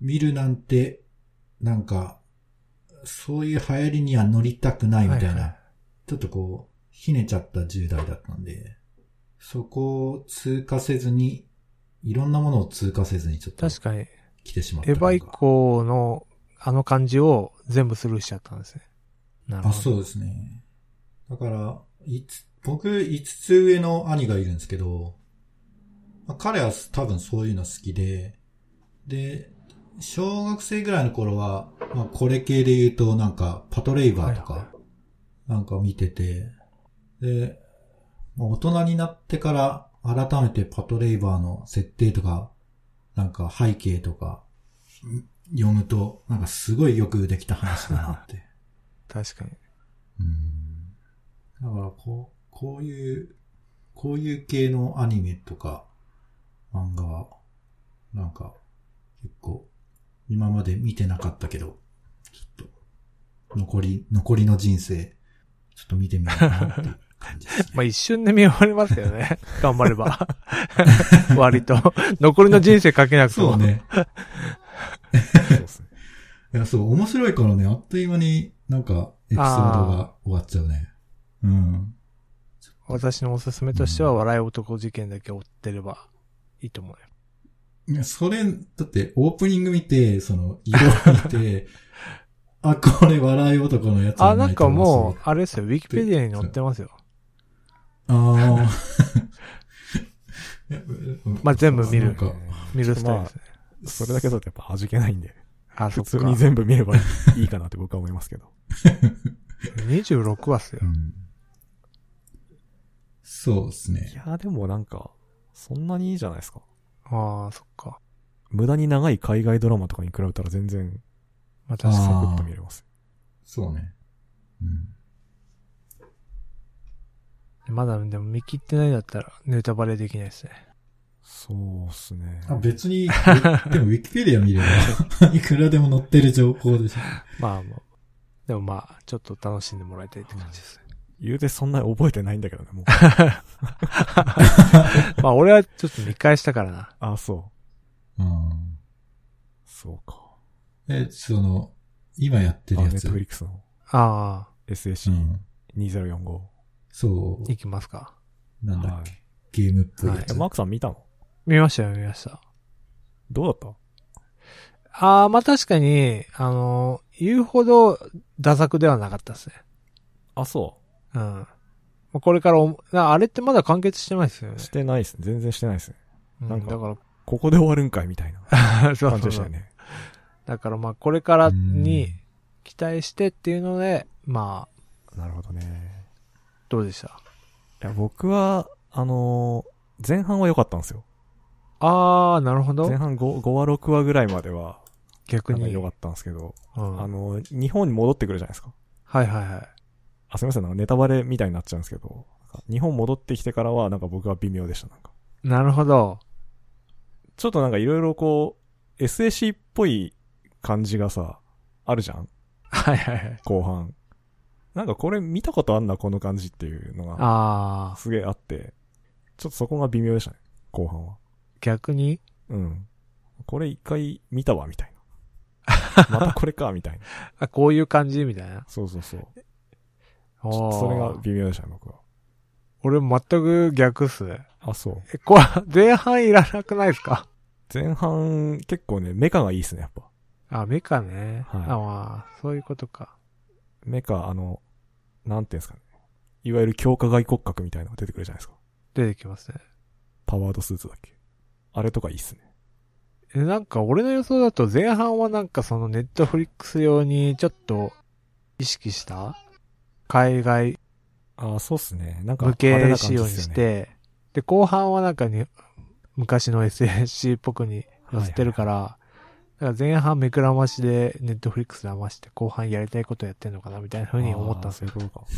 見るなんて、なんか、そういう流行りには乗りたくないみたいな、
はいはい
ちょっとこう、ひねちゃった10代だったんで、そこを通過せずに、いろんなものを通過せずにちょっと
確かに、
来てしまった
エヴ
のが。
ァ以降のあの感じを全部スルーしちゃったんですね。なるほど。
あ、そうですね。だから、いつ、僕、5つ上の兄がいるんですけど、まあ、彼は多分そういうの好きで、で、小学生ぐらいの頃は、まあ、これ系で言うと、なんか、パトレイバーと
はいは
か、なんか見てて、で、まあ大人になってから、改めてパトレイバーの設定とか、なんか背景とか、ん読むと、なんかすごいよくできた話だなって。
確かに。。
うんだから、こう、こういう、こういう系のアニメとか漫画は、なんか、結構、今まで見てなかったけど、ちょっと、残り、残りの人生、ちょっと見てみようかなっていう感じですね
ま <laughs> あ一瞬で見終わりますよ
<laughs>
ね。頑張れば。 <laughs> 割と。残りの人生かけなくて
そ
も。
うね。
そうですね。
いや、そう、面白いからね、あっという間になんか、エピソードが終わっちゃうね。うん。
私のおすすめとしては、笑い男事件だけ追ってればいいと思うよ。
いやそれ、だって、オープニング見て、その、色を見
<laughs>
て、あ、これ笑い男のやつじ
あ、
ゃ
ないん
と
か
思
もう、あれですよ、ウィキペディアに載ってますよ。
うし。ああ。
<laughs>
いやうん
まあ、全部見
な
る
ん。か
見るスタイルですね。
それだけだとやっぱ弾けないんで、
あ、そ
普
っ
通
か。
に全部見ればいいかなって僕は思いますけど。
26話っすよ
う。んそうです
<laughs> い
ね。
やーでもなんか、そんなにいいじゃないですか。
ああ、そっか。
無駄に長い海外ドラマとかに比べたら全然
まあ、
サ
確
ク
かに。
ッと見れます。
そうね。うん。
まだ、でも見切ってないんだったら、ネタバレできないですね。
そうっすね。
あ、別に、でもウィキペディア見れ
<laughs>
ば、いくらでも載ってる情報でしょ。
まあ、もう。でもまあ、ちょっと楽しんでもらいたいって感じ <laughs> ですね。
言うてそんなに覚えてないんだけどね、もう。
まあ、俺はちょっと見返したからな。
あ、そう。
うん。
そうか。
え、その、今やって
あ、
る
ネ
や
ッ
つ。
トフリックスの
ああ、
SAC2045。
うんそ
行きますか。
う。なんだっ
はい
け。ゲームっぽいや
え
つ。
マークさん見たの
見ましたよ、見ました。
どうだった
ああ、まあ確かに、あの、言うほど、打作ではなかったですね。
あ、そ
うん。まあこれからお、ああれってまだ完結してないですよね
う。。してないっすね。全然してないっすね。
うん
なんか
だから、
ここで終わるんかいみたいな <laughs>
<laughs> そうそ
感
う
じでし
そ
たよ
う
ね。
だからまあこれからに期待してっていうので、まあ、
なるほどね。
どうでした
いや、僕は、あのー前半は良かったんですよ。
あー、なるほど
前。半 5, 5話6話ぐらいまでは、
逆
なんか
に。
良か
うん、
ったんですけど、あ
はい
のー日本に戻ってくるじゃないですか。
はいはい。
あ、すみません、なんかネタバレみたいになっちゃうんですけど、なんか日本戻ってきてからは、なんか僕は微妙でした、なんか。
なるほど。
ちょっとなんかいろいろこう、SAC っぽい感じがさ、あるじゃん
はいはいはい。
後半。なんかこれ見たことあんな、この感じっていうのが、
あー、
すげえあって、ちょっとそこが微妙でしたね、後半は。
逆に
うん。これ一回見たわ、みたいな。またこれか、みたいな。
あ、こういう感じみたいな。
そうそうそう。ち
あ
ょっとそれが
ー
微妙でしたね、僕は。
俺全く逆っすね。
あ、そう。
え、こわ、前半いらなくないですか
前半、結構ね、メカがいいっすね、やっぱ。
あ、メカね。
はい
あ、まあ、そういうことか。
メカ、あの、なんていうんですかね。いわゆる強化外骨格みたいなのが出てくるじゃないですか。
出てきますね。
パワードスーツだっけ。あれとかいいっすね。
え、なんか俺の予想だと前半はなんかそのネットフリックス用にちょっと意識した海外
ああ、そうっすね。なんか
向
派手な
け
感
仕
じ
様
っすよね、
にして、で、後半はなんかに昔の SAC っぽくに寄せてるから、だから前半目くらましでネットフリックス騙して後半やりたいことやってんのかなみたいな
ふ
風に思ったんですよ。
そういうことか。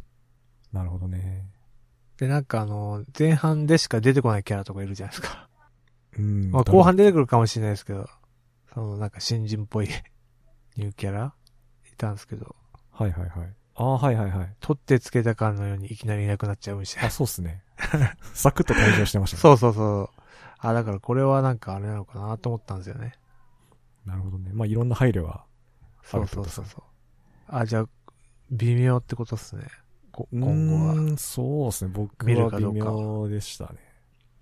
<laughs> なるほどね。
で、なんかあの、前半でしか出てこないキャラとかいるじゃないですか。
うん。
まあ
誰
後半出てくるかもしれないですけど、そのなんか新人っぽい <laughs> ニューキャラいたんですけど、
はいはいはい。ああ、はいはいはい。
取ってつけたかのようにいきなりいなくなっちゃうみたい
あ、
な。
そうっすね。 <laughs> サクッと退場してましたね。
そうそうそう。あ、だからこれはなんかあれなのかなと思ったんですよね。
なるほどね。まあいろんな配慮が。
そうそうそうそう。あ、じゃあ、微妙ってことっすね。こ今
う
後は。
ーん、そうっすね。僕
見る
は
かど
微
うか
妙でしたね。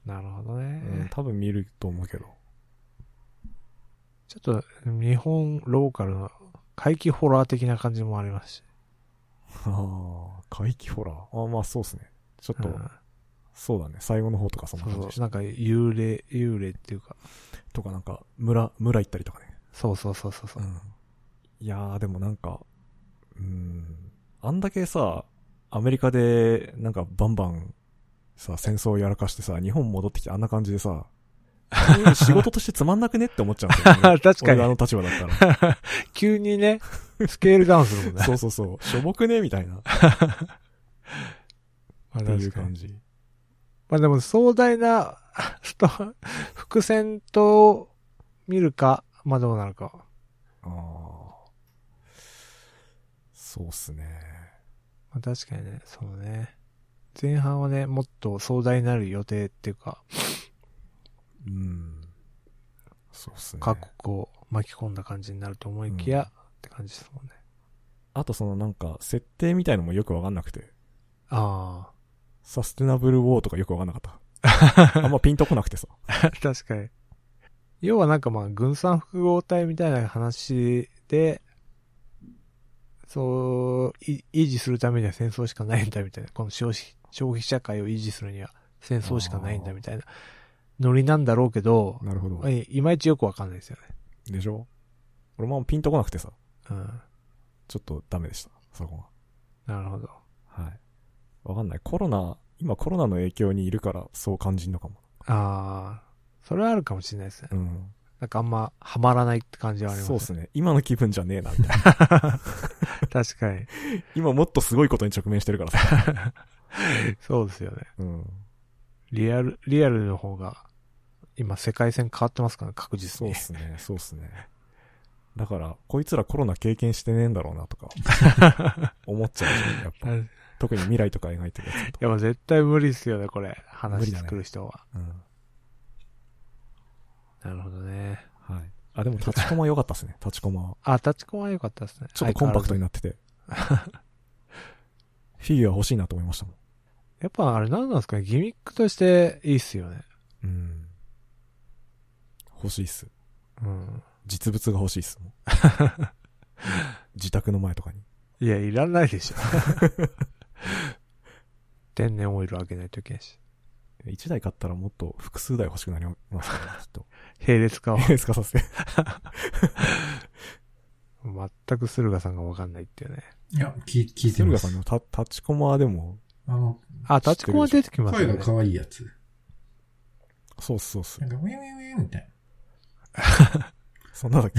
なるほどね。
うん、多分見ると思うけど。
ちょっと、日本ローカルの怪奇ホラー的な感じもありますし。
ああ、怪奇ホラー。ああ、まあそうっすね。ちょっと、
うん
そうだね。最後の方とかそんな
そう
感じ
そ
で
う。
した。
なんか幽霊、幽霊っていうか。
とかなんか、村、村行ったりとかね。
そうそうそうそうそうう。。
ん。いやー、でもなんか、うーん。あんだけさ、アメリカで、なんかバンバン、さ、戦争をやらかしてさ、日本戻ってきてあんな感じでさ、仕事としてつまんなくねって思っちゃうんですよ、ね
<laughs> 確かに
俺があの立場だ
<laughs>
ったら。
<laughs> 急にね、スケールダウンするもんね。
そうそうそう。しょぼくねみたいな。っ
まあ
てい
確
う
かに
感じ。
まあでも壮大な、 <laughs> スト伏線と見るか、まあどうなるか。
ああ。そうっすね。
まあ確かにね、そうね。前半はね、もっと壮大になる予定っていうか、
うん。そうっすね。
各国を巻き込んだ感じになると思いきや、って感じですもんね。
あとそのなんか、設定みたいのもよくわかんなくて、
あ
サステナブルウォーとかよくわかんなか
<laughs>
った。あんまピンとこなくてさ。
あ、 <laughs> 確かに。要はなんかまあ、軍産複合体みたいな話で、そう、い維持するためには戦争しかないんだみたいな。この消費消費社会を維持するには戦争しかないんだみたいなノリなんだろうけど、
なるほど。
いいまいちよくわかんないですよね。
でしょ俺もピンとこなくてさ、
うん。
ちょっとダメでした、そこ
なるほど。
は。はい。わかんない。コロナ、今コロナの影響にいるからそう感じんのかも。
ああ、それはあるかもしれないですね。
うん。
なんかあんまハマらないって感じはあります
そう
ね。
っすね。今の気分じゃねえな、みたい
<laughs>
な。
確かに。
今もっとすごいことに直面してるからさ。
そうですよね。
うん。
リアル、リアルの方が、今世界線変わってますからね、確実
そう
に
っ。すね、そうっすね。だから、こいつらコロナ経験してねえんだろうな
<laughs>
とか、思っちゃうじゃん、やっぱ。
い <laughs>
特に未来とか描いてるやつだと。
や、もう絶対無理ですよね、これ。
無
話
理だね
作る人は。
うん。
なるほどね。
はい。あ、でも立ちコマ良かったっすね、立ちコマは。
あ、立ちコマは良かったですね。
ちょっとコンパクトに
な
なってて。フィギュア欲しいなと思いましたもん。
やっぱあれ何なんですかね、ギミックとしていいっすよね。
うん。欲しいっす。
うん。
実物が欲しいっ <laughs> すもん。自宅の前とかに。
いや、いらないで
<laughs>
しょ。天然オイルあげないといけないし。
一台買ったらもっと複数台欲しくなりますから <laughs> ね、きっと。
並列化を
いいですか、さすがに
全く駿河さんがわかんないっていうね。
いや、聞聞いて
セル
ま
ガ
す
さん。のタタッチコマはでも、
あの、
あ、立ちコマ出てきます
声
よ
が
ね。
可愛いやつ。
そうっすそうっす
なん。か、ウィンウィンウィンみたい
そんなだっ <laughs> け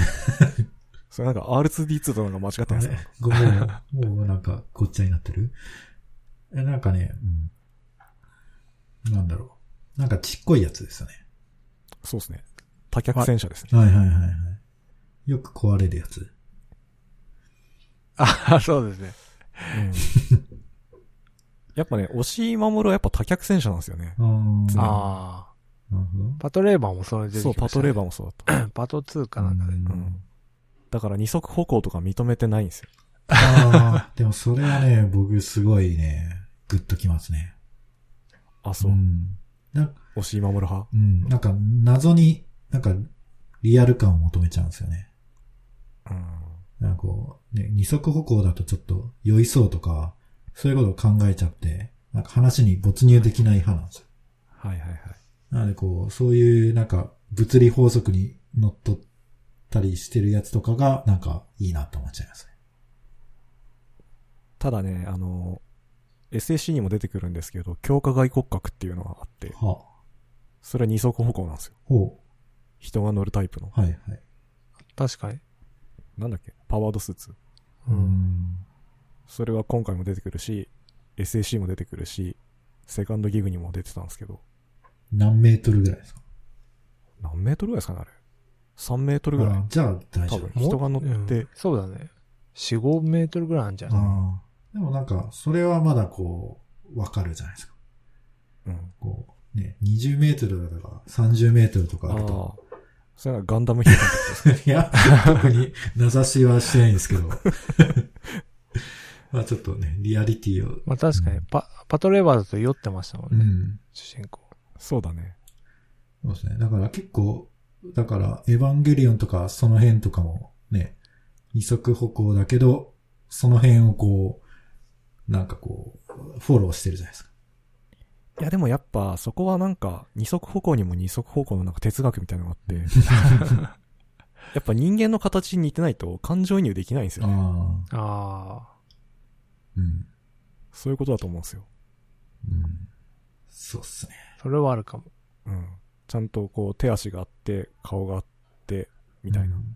それなんか R2D2 となんか間違っ
な。
てま
あ
す
れ
か
ごめん、もうなんか、ごっちゃになってる <laughs> え、なんかね、うん。なんだろう。なんかちっこいやつですよね。
そうっすね。多脚戦車ですね。
はいはいはいはい。よく壊れるやつ。
あ、 <laughs> そうですね。
うん、やっぱね、押し守るはやっぱ多脚戦車なんですよね。
あー
ああ。
なるほど。
パトレーバーもそれ出てき
そ
ま
う、
した、ね。
パトレー
バ
バーもそうだった。
ー。パト2かなんかで。
う
うん
ん。だから二足歩行とか認めてないんですよ。
ああ、 <laughs> でもそれはね、僕すごいね、グッときますね。
あ、そう。
ん。な
押し守る派
うん、なんか謎に、なんかリアル感を求めちゃうんですよね。
うん。
なんかこう、ね、二足歩行だとちょっと酔いそうとか、そういうことを考えちゃって、なんか話に没入できない派なんですよ。
はいはいはい。
なのでこう、そういうなんか物理法則に乗っ取ったりしてるやつとかが、なんかいいなと思っちゃいますね。
ただね、あの、SAC にも出てくるんですけど、強化外骨格っていうのがあって、
はあ、
それは二足歩行なんですよ。
ほ
人が乗るタイプの。
う、はいはい。
確かに。
なんだっけパワードスーツ。
う。
うんん。
それは今回も出てくるし、SAC も出てくるし、セカンドギグにも出てたんですけど、
何メートルぐらいですか
何メートルぐらいですかね、あれ。3メートルぐら
あ
い。
じゃあ大丈
多
夫
分。、人が乗って、
うんそうだね。4、5メートルぐらいあるんじゃない
あーでもなんか、それはまだこう、わかるじゃないですか。
うん。
こう、ね、20メートルとか30メートルとか
あ
ある
あ
と。。
それはガンダムヒーローの時ですね
いや、特に名指しはしてないんですけど。 <laughs> まあちょっとね、リアリティを。
まあ確かに
うん
パ、パトレーバーだと酔ってましたも
うん
ね。
ん。
主人公。
<laughs> そうだね。
そうですね。だから結構、だから、エヴァンゲリオンとかその辺とかもね、二足歩行だけど、その辺をこう、なんかこう、フォローしてるじゃないですか。
いやでもやっぱそこはなんか二足歩行にも二足歩行のなんか哲学みたいなのがあって、やっぱ人間の形に似てないと感情移入できないんですよね。
ああ、
ああ。
うん。
そういうことだと思うんですよ。
うんそうっすね。
それはあるかも。
うん。ちゃんとこう手足があって、顔があって、みたいな。
うん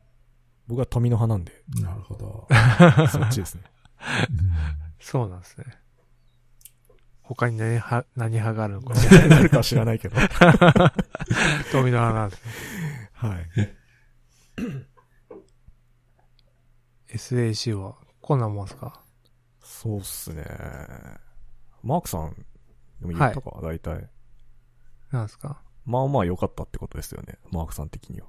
僕は富の派なんで、 <laughs>
なるほど。
そっちですね。
うん
そうなんですね。他に何派、何派があるのか。 <laughs>
なるかは知らないけど。 <laughs> はい。
富の派なんですね。SAC は、こんなもんすか
そうっすね。マークさん、でも言ったか、大体。
なんですか
まあまあ良かったってことですよね。マークさん的には。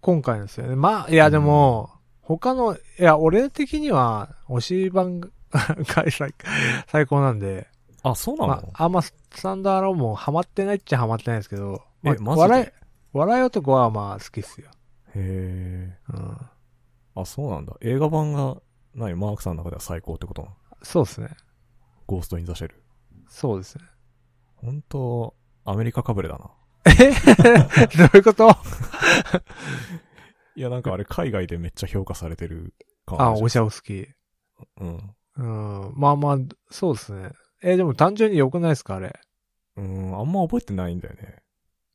今回ですよね。まあ、いやでも、他の、いや、俺的には、推し版が <laughs> 開催、最高なんで、
あ、そうなの、
まあ、あんまスタンダーローンもハマってないっちゃハマってないですけど、
え
まあ
マジで
笑い、笑い男はまあ好きっすよ。
へえ。
うん。
あ、そうなんだ。映画版が、ない、マークさんの中では最高ってことなの
そうですね。
ゴースト・イン・ザ・シェル。
そうですね。
本当アメリカかぶれだな。
<laughs> どういうこと
いや、なんかあれ、海外でめっちゃ評価されてる感
あ、
じ
おしゃお好き。
うん。
うん。まあまあ、そうですね。えでも単純に良くないですかあれ。
うん、あんま覚えてないんだよね。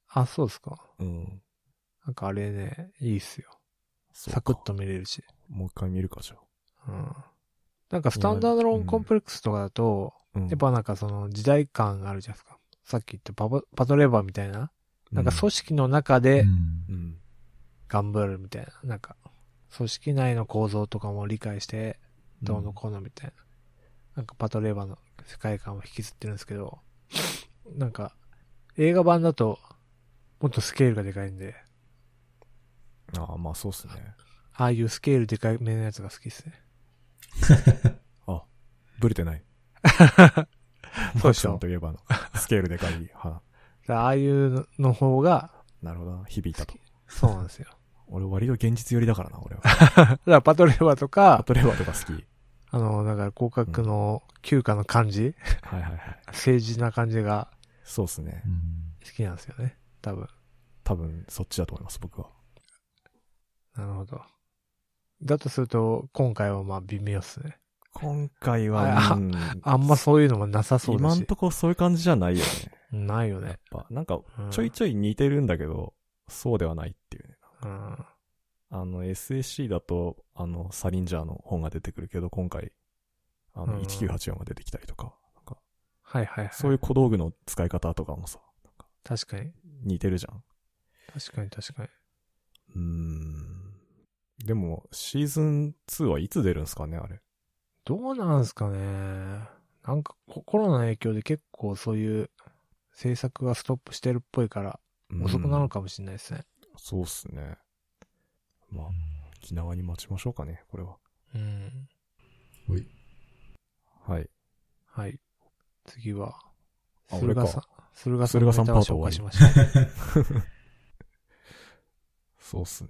あ、そうですか。
うん。
なんかあれね、いいっすよ。
そうか
サクッと見れるし。
もう一回見るか、じゃあ。
うん。なんかスタンダードローンコンプレックスとかだと、
うん。
やっぱなんかその時代感があるじゃないですか。さっき言ったパパパトレーバーみたいな。
う、
なんか組織の中で
うん。
頑張るみたいな。なんか、組織内の構造とかも理解して、どうのこうのみたいな。なんかパトレーバーの世界観を引きずってるんですけど、なんか、映画版だと、もっとスケールがでかいんで、
ああ、まあそうっすね。
ああいうスケールでかいめのやつが好きですね。
あ、ブレてない。
<laughs> そうでしょ
マークさんといえばの、スケールでかい派。
だからああいうのの方が、
なるほどな。響いたと。
そうなんですよ。
俺割と現実寄りだからな、
<laughs>
俺は。
だからパトレーバーと
パ
か、
トレーバーとか好き。
あの、だから広角の休暇の感じ、 <laughs>
はいはいはい。
政治な感じが
そうっすね。
好きなんですよね。多分。
多分、そっちだと思います、僕は。
なるほど。だとすると、今回はまあ微妙っすね。
今回
あ
は、うん、
あんまそういうのもなさそうだ
今
し
ん。とこそういう感じじゃないよね。
ないよ
やっ
ね。
ぱ、なんか、
うん
ちょいちょい似てるんだけど、そうではないっていうね。
うん。
あの、SAC だと、あの、サリンジャーの本が出てくるけど、今回、あ
う
の、
ん
1984が出てきたりとか、なんか、
はいはいはい。
そういう小道具の使い方とかもさ、
確かに。
似てるじゃん。
確かに確かに。
うーん。でも、シーズン2はいつ出るんすかね、あれ。
どうなんすかね。なんかココロナの影響で結構そういう制作がストップしてるっぽいから遅くな
の
の
か
かもしれないですね。
そうっすね。まあ、気長に待ちましょうかね、これは。
うん。
はい。
はい。次は、
あ俺
駿
か
河さん、駿河さん
駿河さん
のネタを紹介しまし
そうっすね。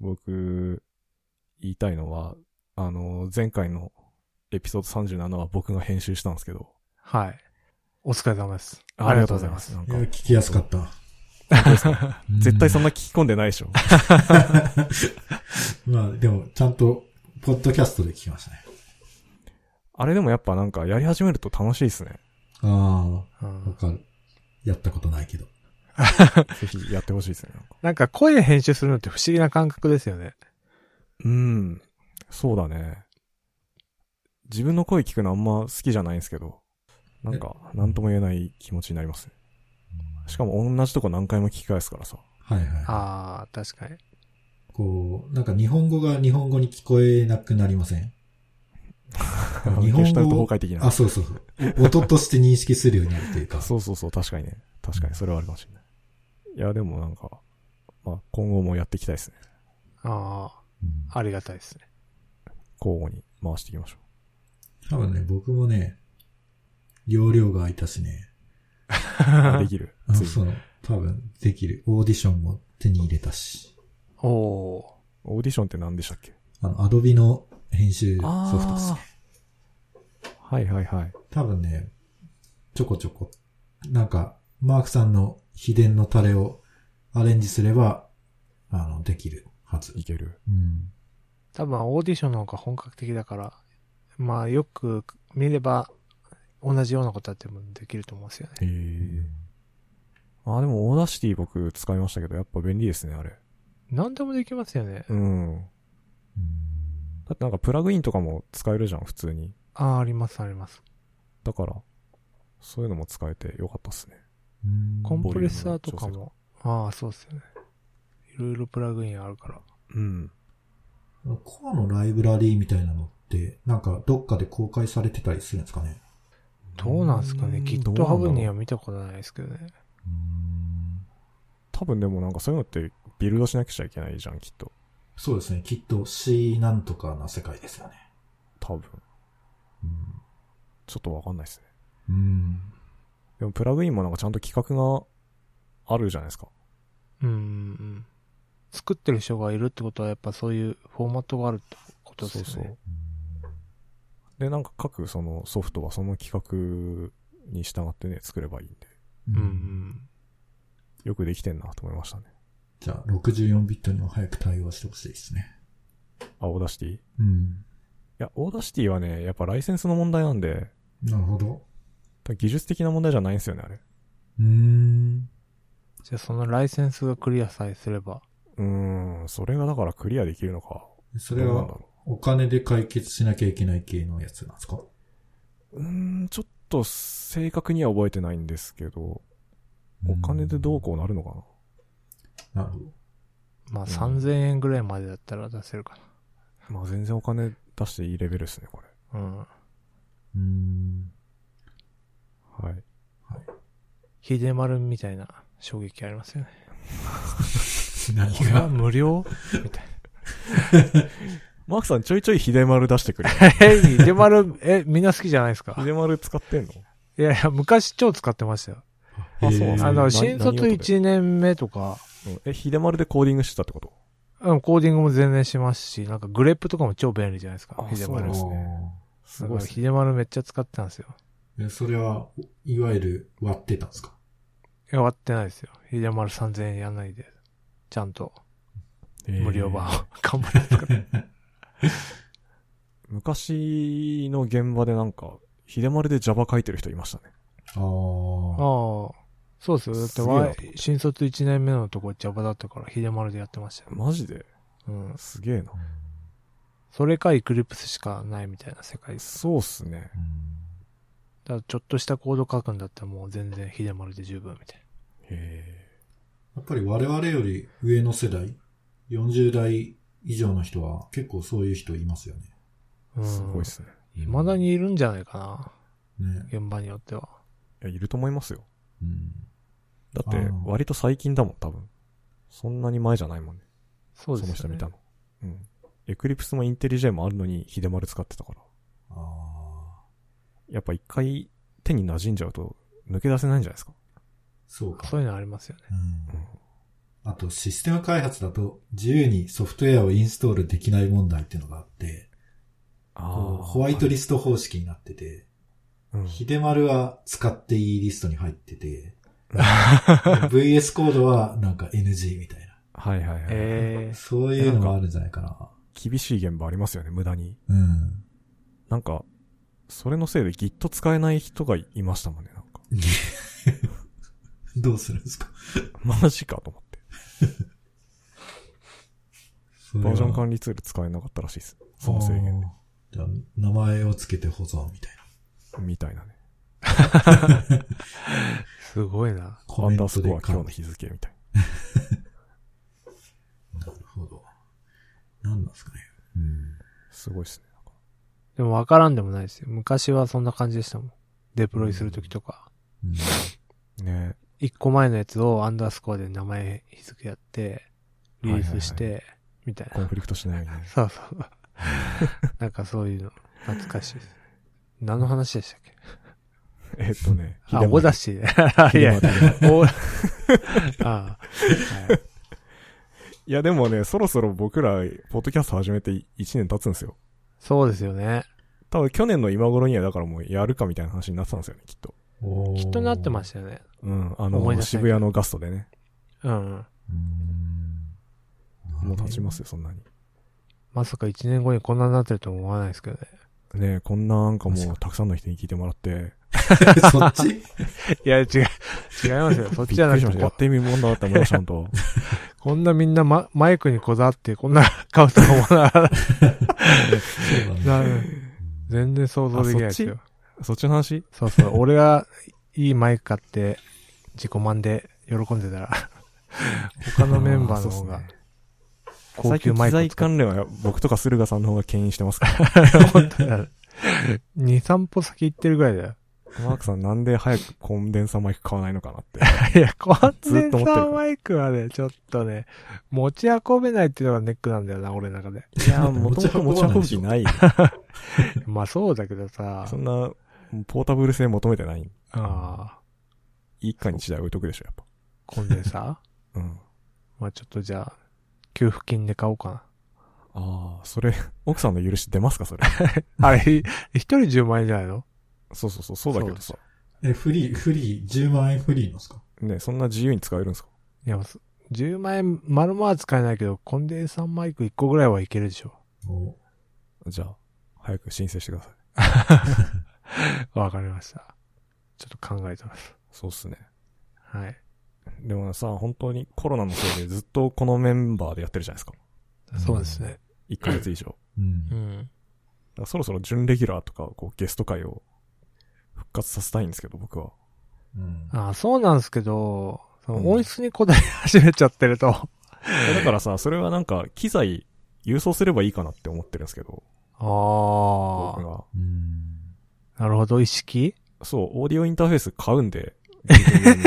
僕、言いたいのは、あの、前回のエピソード37は僕が編集したんですけど、
た。はい。お疲れ様です。
ありがとうございます。。なん
<laughs> い
か
や、聞きやすかった。
<laughs> 絶対そんな聞き込んでないでしょ。
うん。 <laughs> まあ、でも、ちゃんと、ポッドキャストで聞きましたね。
あれでもやっぱなんかやり始めると楽しいですね。
あ
う
あ、わ
ん、
かる。やったことないけど。
ぜひやってほしいですね。なんか
なんか声編集するのって不思議な感覚ですよね。
うん。そうだね。自分の声聞くのあんま好きじゃないんですけど、なんか、なんとも言えない気持ちになりますね。しかも同じとこ何回も聞き返すからさ。
はいは
ああ、確かに。
い。こう、なんか日本語が日本語に聞こえなくなりません <laughs> 日本語
ゲシュタルト崩壊的な
あ、。そうそうそう。お音として認識するようになるというか。
そうそうそう、確かにね。確かに、それはあるかもしれない。いや、でもなんか、まあ、今後もやっていきたいですね。
あ
うん
あ、ありがたいですね。
交互に回していきましょ
多分ね、僕もね、容量が空いたしね。
う。あできる。
あ
つい
そ
に。
う。多分、できる。オーディションも手に入れたし。
おお
オーディションって何でしたっけ
あの、アドビの編集ソフトですね。
はいはいはい。
多分ね、ちょこちょこ、なんか、マークさんの秘伝のタレをアレンジすれば、あの、できるはず。
いける。
うん。
ー。多分オーディションの方が本格的だから、まあよく見れば同じようなことやってもできると思うんですよね。
へえ。あ、でも、オーダーシティ僕使いましたけど、やっぱ便利ですね、あれ。
何でもできますよね。
うん。
うん
だってなんかプラグインとかも使えるじゃん、普通に。
ああ、ありますあります。
だから、そういうのも使えてよかったっすね。
うん
コンプレッサーとかも。ああ、そうですよね。いろいろプラグインあるから。
うん。
コアのライブラリーみたいなのって、なんか、どっかで公開されてたりするんですかね。
どうなんすかね
うん
?GitHub には見たことないですけどね。
うん
多分でもなんかそういうのってビルドしなくちゃいけないじゃん、きっと。
そうですね。きっと C なんとかな世界ですよね。
多分。ちょっとわかんないですね。
うん。うん。
でもプラグインもなんかちゃんと企画があるじゃないですか。
うんうん。作ってる人がいるってことは、やっぱそういうフォーマットがあるってことですよね。
そうそう。で、なんか各そのソフトはその企画に従ってね、作ればいいんで、
うん
うんうん。
よくできてんなと思いましたね。
じゃあ、64ビットにも早く対応してほしいですね。
あ、オーダーシティい
うん。
や、オーダーシティはね、やっぱライセンスの問題なんで、
なるほど。
多分技術的な問題じゃないんですよね、あれ。
うーん。
じゃあそのライセンスがクリアさえすれば。
うーん、それがだからクリアできるのか。
それ
どうなんだ
は
ろ
お金で解決しなきゃいけない系のやつなんですか
う。うーん、ちょっと正確には覚えてないんですけど、お金でどうこうなるのかな。
うんなるほど。
まあ
ん
3000円ぐらいまでだったら出せるか
まあ全然お金出していいレベルですね、これ。
な。うん。
うーん。
はい。
ひでまるみたいな衝撃ありますよね。
何
<laughs>
これは無料 <laughs> みたい
マークさんちょいちょいひでまる出して
<laughs>
くる。
な。え、ひでまる、え、みんな好きじゃないですか
ひでまる使ってんの
いやいや、昔超使ってましたよ。
あそう
へー
あの、
な
新
何
卒
をとで
1年目とか、
うんえ、ひでまるでコーディングしてたってこと
うん、コーディングも全然しますし、なんかグレープとかも超便利じゃないですか。
あ
ひで
そう
ま
な
る
んで。すね
す
す
ご
ご
い。
い
だから
で
ひ
す
で
ね。
まるめっちゃ使ってたんですよ。
えそれは、いわゆる割ってたんですか
いや、割ってないですよ。ひでまる3000円やんないで。ちゃんと、無料
<laughs>
版を <laughs>
えー。
頑張って使って。
昔の現場でなんか、ひでまるで Java 書いてる人いましたね。
ああ。
ああ。そうですよ。だって
すげえな
わい、新卒1年目のとこ Java だったから、ひでまるでやってましたよ。
マジで
うん。
すげえな。
それか、エクリプスしかないみたいな世界です。
そうっすね。
だから、ちょっとしたコード書くんだったらもう全然ひでまるで十分みたい
へ
やっぱり我々より上の世代、40代以上の人は結構そういう人いますよね。
な。う
え。
ん。
すごいっすね。
未だにいるんじゃないかな。
ね。
現場によっては。
いや、いると思いますよ。
うん
だって
あー、
割と最近だもん、多分。そんなに前じゃないもんね。
そう
そ
で
の
す
人
よね
見。たの。うん。エクリプスもインテリジェもあるのに、ひでまる使ってたから。
ああ。
やっぱ一回手に馴染んじゃうと、抜け出せないんじゃないですか。
そうか。
そういうのありますよね。
うん
うん
あと、システム開発だと、自由にソフトウェアをインストールできない問題っていうのがあって、こうホワイトリスト方式になってて、
うん
ひでまるは使っていいリストに入って
<laughs>
て、VS コードはなんか NG みたい
はいはいはい。
え
な。そういうのがあるんじゃないかな。
厳しい現場ありますよね、無駄に。 <laughs>
うん。
なんか、それのせいで Git 使えない人がいましたもんね、なんか。 <laughs>
どうするんですか
マジかと思って。バージョン
理
管理ツール使えなかったらしいです。その制限で。
じゃあ、名前をつけて保存みたいな。
みたいなね。
え <laughs> すごいな。
コ
ア
メ
ン
ン
ダース
トで
コア今日
管
の
理
日付みたい
なるほど。なんなんですかね。
な。すごいっすね。なんか
でも分からんでもないですよ。昔はそんな感じでしたもん。デプロイするときとか。
うん。
ね
一個前のやつをアンダースコアで名前日付やって、リリースして、みたい
コン
な。
フリクトしないようにね。 <laughs>
そう <laughs> そう。なんかそういうの、懐かしいです。何の話でしたっけ
えっとね、
あ、オーダー
し。
シーで。 <laughs> いや、
秀
<laughs>
丸
オーああ、はい
いやでもね、そろそろ僕ら、ポッドキャスト始めて1年経つんですよ。
そうですよね。
多分去年の今頃にはだからもうやるかみたいな話になってたんですよね、きっと。
お
きっとなってま
し
したよね。
うん。あ
思い出せない
の、渋谷のガストでね。
うん。
た。うん。。
もう経ちますすよ、そんなに。
まさか一年後にこんなになってるとは思わないですけどね。
ねえこんななんか
確
も
か
うたくさんの人に聞いてもらって、
<laughs> そっち
いや、違う、違い
<laughs>
ますよ。そっち
びっ
じゃ
く
な
りし
く、
ましてた。や
こ
ってみるもんだなって思いました、ちゃん <laughs> と。
こんなみんな、ま、マイクにこだわって、こんな顔とかもな、
そうなん
な
だ。
全然想像できないですよ。
そっちの話
そうそう。俺がいいマイク買って、自己満で喜んでた
<laughs>
ら、他のメンバーの方
あ
が
ーそうっすね
高級マイ
最
ク使
近機材
っ
関連は僕とか駿河さんの方が牽引してますから。
て、本当だ2、3歩先行ってるぐらいだよ。
マークさんなんで早くコンデンサーマイク買わないのかなって。
いや、コンデ
ず
ンサ
っと思ってるから
ーマイクはね、ちょっとね、持ち運べないっていうのがネックなんだよな、俺の中で。
いや、もともと持ち運ぶ気ない。
まあそうだけどさ、
そんな、ポータブル性求めてない。
ああ、
一家に一台置いとくでしょ、やっ
コンデンサ
ぱ。うん。
ー <laughs> まあちょっとじゃあ、給付金で買おうか
ああ、それ、奥さんの許し出ますか、 <laughs> それ。
な。 <laughs> あれ、ひ一人10万円じゃないの
そうそうそう、そうだけどさ。
え、フリー、フリー、10万円フリーのですか
ねそんな自由に使えるんですか
いや、そ10万円、まるまは使えないけど、コンデンサーマイク1個ぐらいはいけるでしょ。
お
じゃあ、早く申請してください。
わかりました。ちょっと考えてます。
そうっすね。
はい。
でもさ、本当にコロナのせいでずっとこのメンバーでやってるじゃないですか。
そうですね。
1ヶ月以上。だか
うん
う。ん。
らそろそろ準レギュラーとか、こう、ゲスト会を復活させたいんですけど、僕は。
うん
ああ、そうなんですけど、そ
うん
の音質にこだわり始めちゃってると。
いやだからさ、それはなんか、機材、郵送すればいいかなって思ってるんですけど、
あ
僕が。
うん。
あ。なるほど、意識
そう、オーディオインターフェース買うんで、自分用に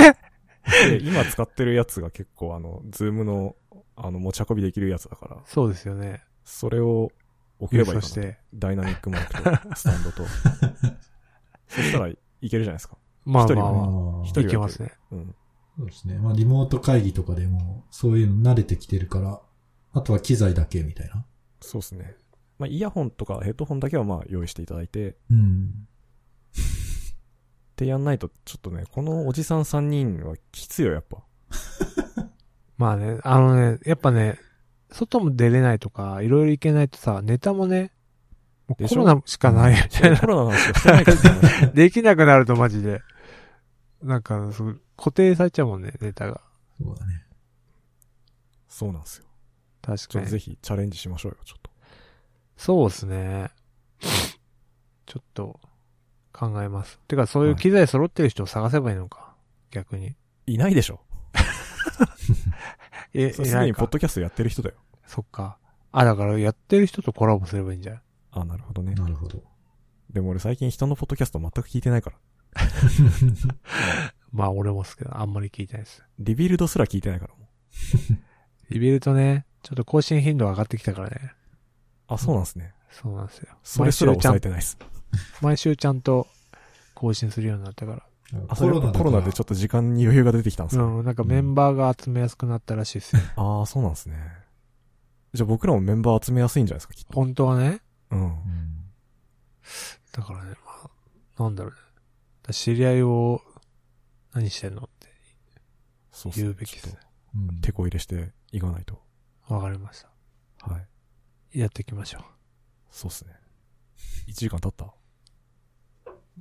で今使ってるやつが結構あの、ズームの、あの、持ち運びできるやつだから、
そうですよね。
それを送ればい
そ
いか
し
なと。
て。
ダイナミックマイクと、スタンドと。そしたらいけるじゃないですか。
まあ
一人
ま
は
あ
ね
ま
あー
一
あ、
人
いけますね。
うん。
そうですね。まあ、リモート会議とかでも、そういうの慣れてきてるから、あとは機材だけみたいな。
そうですね。まあ、イヤホンとかヘッドホンだけはまあ用意していただいて、っ
うん。
てやんないと、ちょっとね、このおじさん3人はきついよ、やっ <laughs> ぱ。
まあね、あのね、やっぱね、外も出れないとか、いろいろ行けないとさ、ネタもね、もう
で
コ
しょ
ロナしかないみたい
コロナの話がしてないから
な。
ね。
<laughs> できなくなるとマジで。なんか、そう固定されちゃうもんね、ネタが。
そうだね。
そうなんですよ。
確
ち
か
ょっと
に
ぜ。ひチャレンジしましょうよ、ちょっと。
そうですね。ちょっと、考えます。てか、そういう機材揃ってる人を探せばいいのか。逆に。
いないでしょ。
え、
それ
い
す
な
で
い
にポ
か
ッ。ドキャストやってる人だよ。
そっか。あ、だからやってる人とコラボすればいいんじゃない
あ、なるほどね。
なるほど。
でも俺最近人のポッドキャスト全く聞いてないから。
まあ俺もっすけど、あんまり聞いてないです。
リビルドすら聞いてないからもう。
リビルとね、ちょっと更新頻度が上がってきたからね。
あ、そうなんですね。
そうなんですよ。
それすら
毎週ちゃん
抑えてないです。
毎週ちゃんと更新するようになったから。
あ、それやっぱコロナでちょっと時間に余裕が出てきたんですか、
うん、なんかメンバーが集めやすくなったらしいですよ。
ああ、そうなんですね。じゃあ僕らもメンバー集めやすいんじゃないですか、きっと。
本当はね。
うん。
うん
だからね、まあ、なんだろうね。だから知り合いを、何してんのって
そうっすね
言うべきで
ち
す
ょっ
ね
と。
うん
手こ入れしていかないと。
わかりました。
はい。
やっていきましょう。
そうっすね。1時間経った
1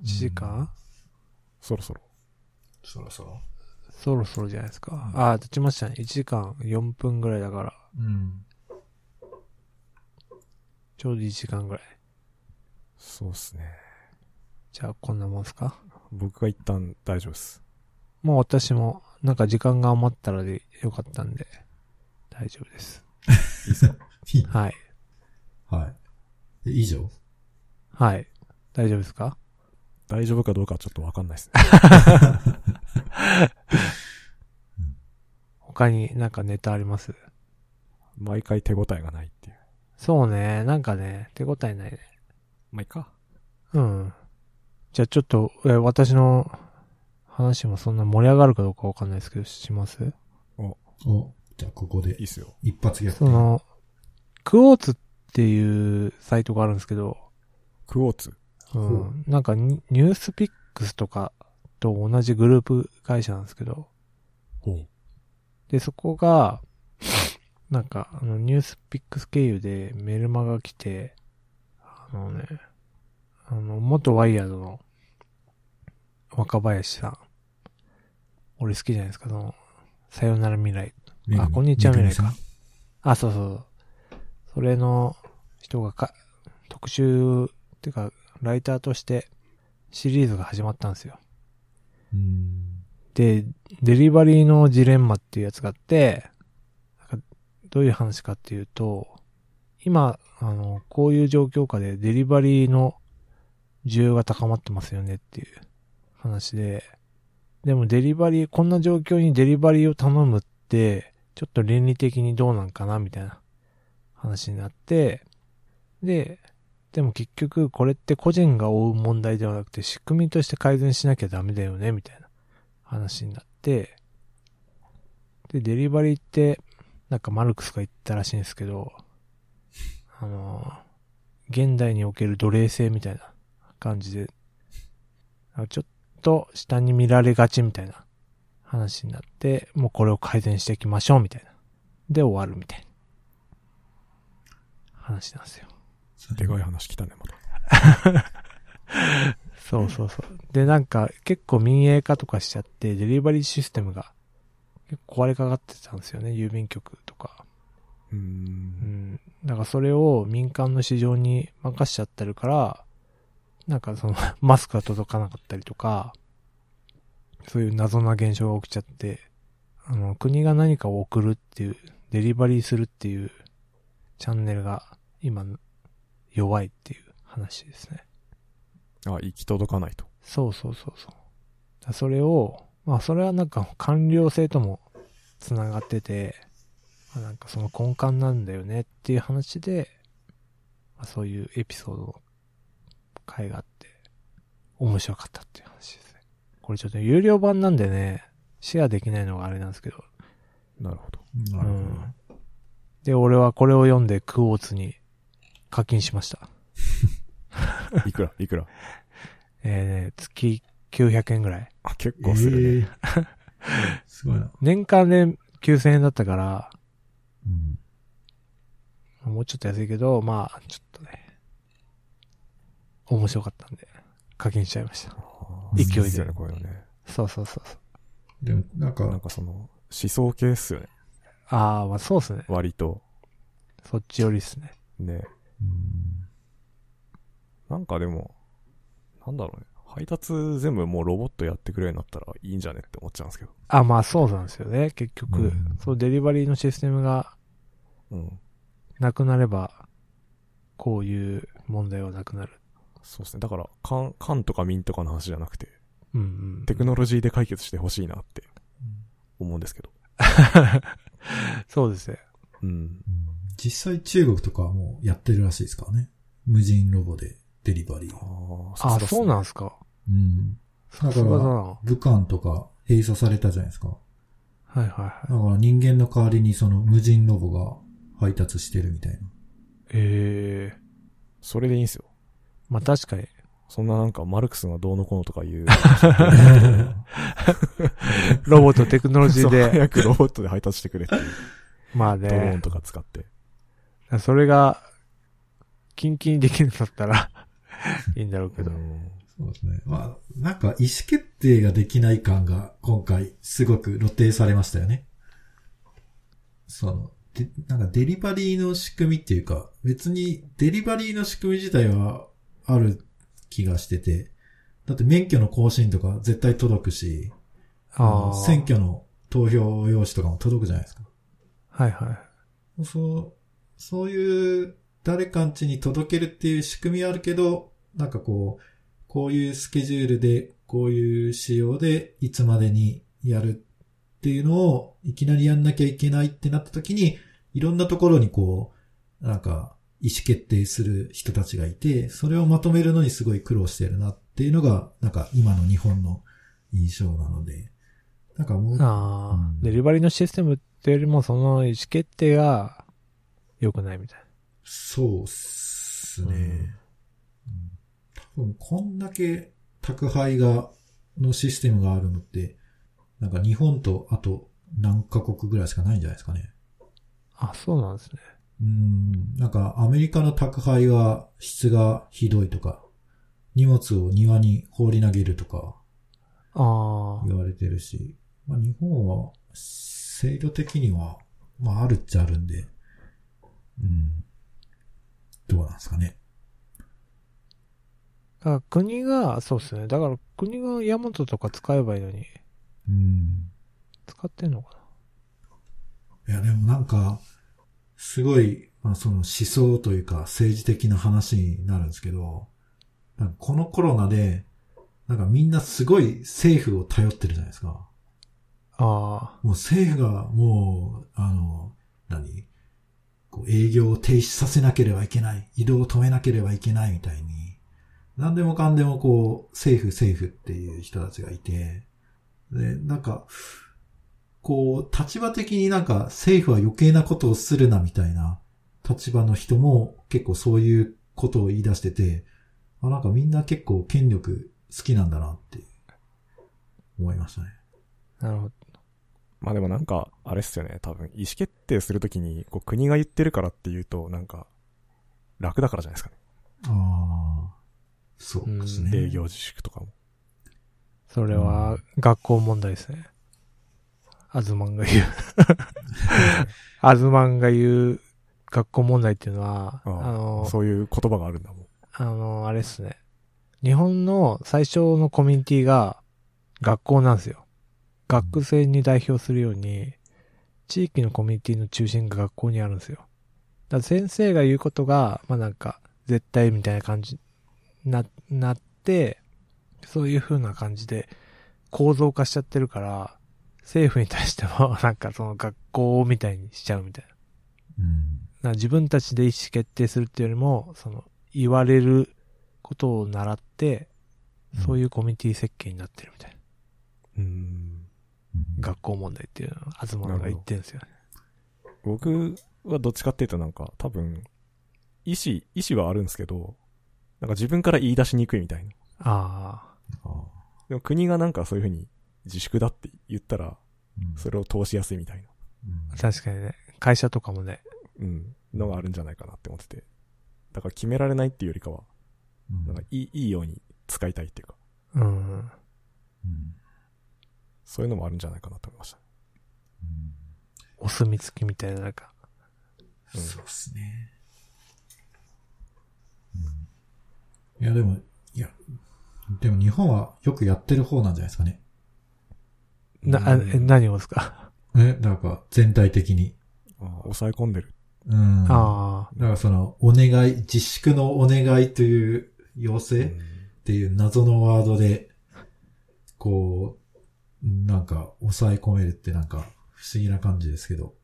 時間、
うん
そろそろ。
そろそろ。
そろそろじゃないですか。あー、経ちましたね。1時間4分ぐらいだから、
うん。
ちょうど1時間ぐらい。
そうっすね。
じゃあ、こんなもんすか
僕が一旦大丈夫です。
もう私も、なんか時間が余ったらでよかったんで、大丈夫です。
いい
はい。
はい。え以上
はい。大丈夫ですか
大丈夫かどうかはちょっとわかんないですね。 <laughs>
他になんかネタあります
毎回手応えがないっていう。
そうね。なんかね、手応えないね。
まあ、いいか。
うん。じゃあちょっと、え私の話もそんな盛り上がるかどうかわかんないですけど、します
お、じゃあここで
いいっすよ。
一発逆
その、クォーツっていうサイトがあるんですけど、
クォーツ。
うん。なんかニ、ニュースピックスとかと同じグループ会社なんですけど、
ほう。
で、そこが、 <laughs> なんか、あの、ニュースピックス経由でメルマが来て、あのね、あの、元ワイヤードの若林さん。俺好きじゃないですか、その、さよなら未来。
めぐみ
あこんにちは
めぐみ
未来かあ、そうそう。それの人がか、特集、っていうか、ライターとしてシリーズが始まったんですよ。
さんうん。
で、デリバリーのジレンマっていうやつがあって、なんかどういう話かっていうと、今、あの、こういう状況下でデリバリーの需要が高まってますよねっていう話で、でもデリバリー、こんな状況にデリバリーを頼むって、ちょっと倫理的にどうなんかなみたいな話になって、で、でも結局これって個人が負う問題ではなくて仕組みとして改善しなきゃダメだよねみたいな話になって、で、デリバリーって、なんかマルクスが言ったらしいんですけど、あの、現代における奴隷制みたいな感じで、あちょっと下に見られがちみたいな話になって、もうこれを改善していきましょうみたいな。で終わるみたいな話なんですよ。
でかい話来たね、また。
そうそうそう。で、なんか結構民営化とかしちゃって、デリバリーシステムが結構壊れかかってたんですよね、郵便局とか。
うー。
うんん。だからそれを民間の市場に任しちゃってるから、なんかその <laughs> マスクが届かなかったりとか、そういう謎な現象が起きちゃって、あの、国が何かを送るっていう、デリバリーするっていうチャンネルが今弱いっていう話ですね。
あ、行き届かないと。
そうそうそうそう。だからそれを、まあそれはなんか官僚性ともつながってて、まあなんかその根幹なんだよねっていう話で、まあ、そういうエピソードの回があって、面白かったっていう話ですね。これちょっと有料版なんでね、シェアできないのがあれなんですけど。
なるほど。
う
なるほど
ん。で、俺はこれを読んでクオーツに課金しました。
<laughs> いくらいくら
えーね、月900円ぐらい。
あ、結構するね。
えー <laughs> すごいな。
年間で9000円だったから、
うん
もうちょっと安いけど、まあ、ちょっとね、面白かったんで、課金しちゃいました。
あー
勢いです
よね、こういうのね。
そうそうそうそう。
でも、なん
なん
か、
かその、思想系っすよね。
ああ、まあそうっすね。
割と。
そっちよりっすね。
ね。
うん
なんかでも、なんだろうね。配達全部もうロボットやってくれるようになったらいいんじゃねって思っちゃうんですけど。
あまあそうなんですよね、結局。
うん
そう、デリバリーのシステムが
うん。
なくなれば、こういう問題はなくなる。
そうですね。だから、官、官とか民とかの話じゃなくて、
うんうん。
テクノロジーで解決してほしいなって思うんですけど。
そうですね。
うん。
実際中国とかはもうやってるらしいですからね。無人ロボでデリバリー
あ
を。
あ、
あ
すがっすね
そうなんすか。
うん。
さすがだな。は
武漢とか閉鎖されたじゃないですか。
いはいはい。
だから人間の代わりにその無人ロボが配達してるみたいな。
ええ
それでいいんですよ。
まあ確かに。
そんななんかマルクスがどうのこうのとかいう。
<laughs> ロボットテクノロジ
そ
ー <laughs> で、
う早くロボットで配達してくれっていう。
まあ
ドロー
ね
ン。とか使って。
それが、キンキンにできるんだった <laughs> ら、いいんだろうけ
う
ど。
ん
そうですね。まあ、なんか意思決定ができない感が今回すごく露呈されましたよね。その、で、なんかデリバリーの仕組みっていうか、別にデリバリーの仕組み自体はある気がしてて、だって免許の更新とか絶対届くし、
ああ。
選挙の投票用紙とかも届くじゃないですか。
はいはい。
そう、そういう誰かんちに届けるっていう仕組みはあるけど、なんかこう、こういうスケジュールで、こういう仕様で、いつまでにやるっていうのを、いきなりやんなきゃいけないってなった時に、いろんなところにこう、なんか、意思決定する人たちがいて、それをまとめるのにすごい苦労してるなっていうのが、なんか今の日本の印象なので、なんかもう、
ああ、
うん
デリバリーのシステムってよりも、その意思決定が良くないみたい
そうっすね。
う
うんん多分、こんだけ宅配が、のシステムがあるのって、なんか日本とあと何カ国ぐらいしかないんじゃないですかね。
な。あ、そうなんですね。
うん、なんかアメリカの宅配は質がひどいとか、荷物を庭に放り投げるとか
ああ、
言われてるし、まあ、日本は制度的には、まああるっちゃあるんで、うん、どうなんですかね。
だから国が、そうですね。だから国がヤマトとか使えばいいのに、
うん
使ってんのか
いや、でもなんか、すごい、まあ、その思想というか政治的な話になるんですけど、なんかこのコロナで、なんかみんなすごい政府を頼ってるじゃないですか。
あ
もう政府がもう、あの、何こう営業を停止させなければいけない。移動を止めなければいけないみたいに。何でもかんでもこう、政府政府っていう人たちがいて。で、なんか、こう、立場的になんか政府は余計なことをするなみたいな立場の人も結構そういうことを言い出してて、あなんかみんな結構権力好きなんだなって思いましたね。
あ、なるほど。
まあでもなんか、あれっすよね、多分、意思決定するときに、こう、国が言ってるからっていうと、なんか、楽だからじゃないですかね。
ああ、そうですね。
営業自粛とかも。
それは学校問題ですね。アズマンが言う。アズマンが言う学校問題っていうのは、あの、
そういう言葉があるんだもん。
あの、あれっすね。日本の最小のコミュニティが学校なんですよ。学生に代表するように、地域のコミュニティの中心が学校にあるんですよ。だから先生が言うことが、まあなんか、絶対みたいな感じな、なって、そういう風な感じで構造化しちゃってるから、政府に対してもなんかその学校みたいにしちゃうみたいな。
うん
な自分たちで意思決定するっていうよりも、その、言われることを習って、そういうコミュニティ設計になってるみたいな。
うん。
学校問題っていうのは、東野が言ってるんですよね。
僕はどっちかっていうとなんか、多分、意思、意思はあるんですけど、なんか自分から言い出しにくいみたいな。
あ
あー
でも国がなんかそういうふうに自粛だって言ったら、
うん
それを通しやすいみたいな、
あ、確かにね。会社とかもね。
うん、のがあるんじゃないかなって思ってて。だから決められないっていうよりかは、
うん
なんかいいいいように使いたいっていうか、
うん。
うん
そういうのもあるんじゃないかなと思いました。
お墨付きみたいな、なんか。
うんそうですね。うんいや、でも、いや、でも日本はよくやってる方なんじゃないですかね。
な、あ
うん
え何をですか、
え、なんか全体的に。
あー抑え込んでる。
うん。
あ
だからその、お願い、自粛のお願いという要請
うん
っていう謎のワードで、こう、なんか抑え込めるってなんか不思議な感じですけど。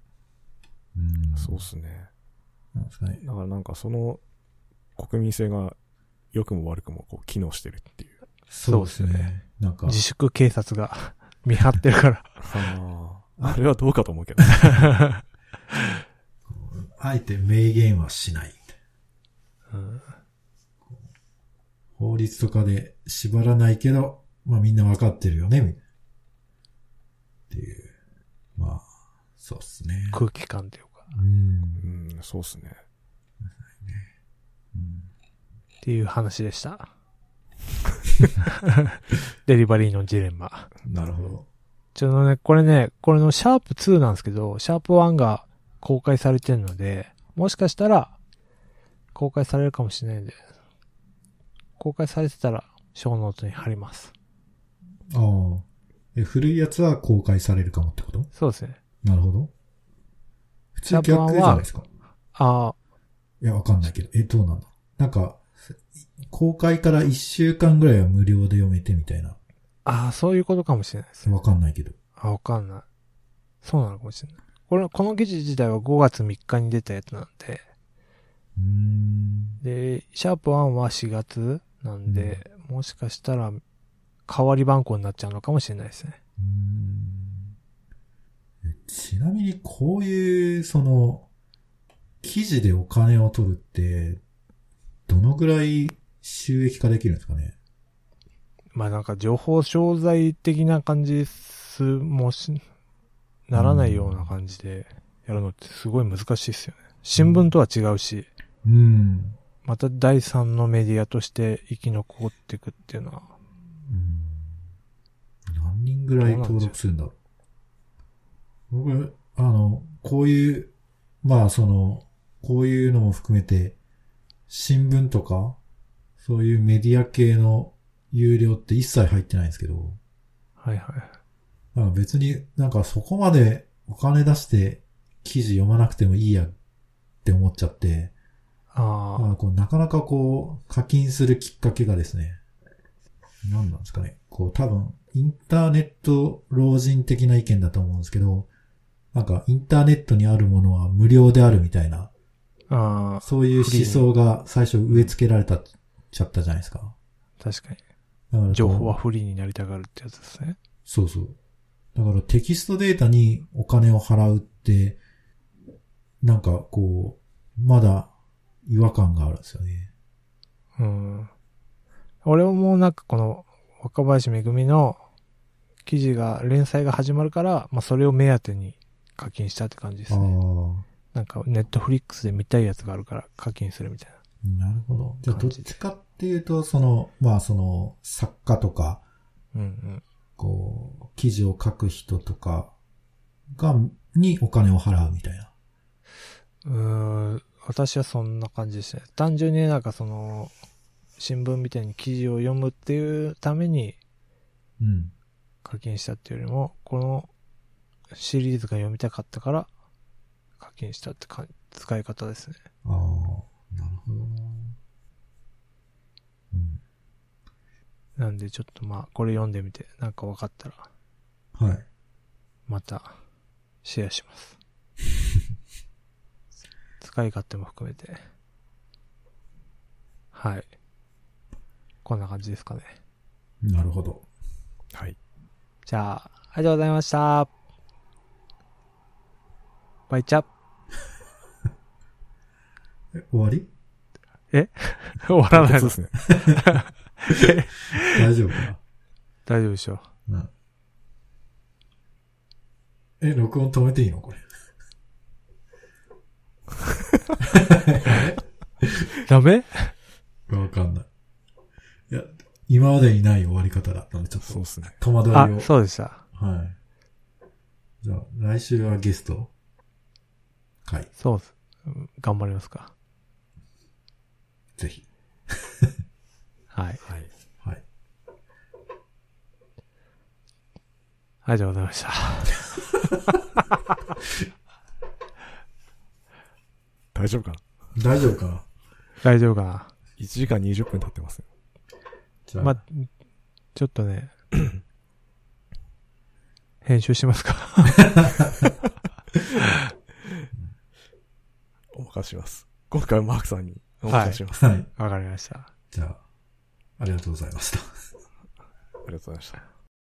うん。
そうっすね。
なんですかね。
だからなんかその国民性が良くも悪くもこう機能してるっていう。
そうですね
そうっすね。なん
あ。
か、
自粛警察が <laughs> 見張ってるから。
あ <laughs> あれはどうかと思うけど。
あえて明言はしない。
うん。
法律とかで縛らないけど、まあみんなわかってるよね、みたいな。っていう。まあ、そうっすね。
空気感というか。
うん。
うん、そうっすね。
っていう話でした。デリバリーのジレンマ。
なるほど。
ちょっとね、これね、これのシャープ2なんですけど、シャープ1が公開されてるので、もしかしたら、公開されるかもしれないんで、公開されてたら、小ノートに貼ります。
ああ。え古いやつは公開されるかもってこと
そうですね。
なるほど。普通
ジャパンは
逆じゃないですか。
あ
いや、わかんないけど。え、どうなんだなんか、公開から1週間ぐらいは無料で読めてみたいな。
あ、ああ、そういうことかもしれないですね。
わかんないけど。
あ、わかんない。そうなのかもしれない。これ、この記事自体は5月3日に出たやつなんで、
うーん。
で、シャープ1は4月なんで、もしかしたら、代わり番号になっちゃうのかもしれないですね。
うーんえちなみにこういう、その、記事でお金を取るって、どのぐらい収益化できるんですかね
まあなんか情報商材的な感じす、もし、ならないような感じでやるのってすごい難しいですよね。新聞とは違うし、
うん。
また第三のメディアとして生き残っていくっていうのは、
うん何人ぐらい登録するんだろう僕、あの、こういう、まあその、こういうのも含めて、新聞とか、そういうメディア系の有料って一切入ってないんですけど、
はいはい。
なんか別になんかそこまでお金出して記事読まなくてもいいやって思っちゃって、
ああ、
なんかこうなかなかこう課金するきっかけがですね、何なんですかね。こう多分、インターネット老人的な意見だと思うんですけど、なんかインターネットにあるものは無料であるみたいな、
あ
そういう思想が最初植え付けられた、ちゃったじゃないですか。
あ、確かに。
だから
情報は
は。
フリーになりたがるってやつですね。
そうそう。だからテキストデータにお金を払うって、なんかこう、まだ違和感があるんですよね。
うん。俺もなんかこの若林めぐみの記事が、連載が始まるから、まあそれを目当てに課金したって感じで
あ
す
あ、
ね。なんかネットフリックスで見たいやつがあるから課金するみたい
なるほど。じゃあど
感
っ
じで
ちかっていうと、その、まあその、作家とか、
な。うん
こう、記事を書く人とかが、にお金を払うみたいな。
うん。うーん、私はそんな感じでしたね。単純になんかその、新聞みたいに記事を読むっていうために
うん。
課金したっていうよりも、このシリーズが読みたかったから課金したってか使い方ですね。
ああ、なるほどな。う
なんでちょっとまあ、これ読んでみて、なんか分かったら、
ん。はい。
また、シェアします。 <laughs> 使い勝手も含めて。はい。こんな感じですかね。
なるほど。
はい。
じゃあ、ありがとうございました。バイチャ
え、終わり
終わらない
そう
で。
ですすね。
大丈夫か
<laughs> 大丈夫でしょう。
<laughs> なうん。え、録音止めていいのこれ。
ダメ
わかんない。いや、今までにない終わり方だったんで、ちょっ
そう
と
ですね。
戸惑いを。
あ、そうでした。
はい。じゃあ、来週はゲストはい、
そうっす。うん頑張りますか。
ぜひ。
はい。
<laughs> はい。
はい。
ありがとうございました。 <laughs>
大丈夫かな
大丈夫かな
大丈夫かな
?1 時間20分経ってますね。
じゃあ、
まあ、ちょっと <laughs> ね、編集しますか。
お任せします。今回はマークさんにお任せします。
はい。
わかりました。
じゃあ、ありがとうございました。
ありがとうございました。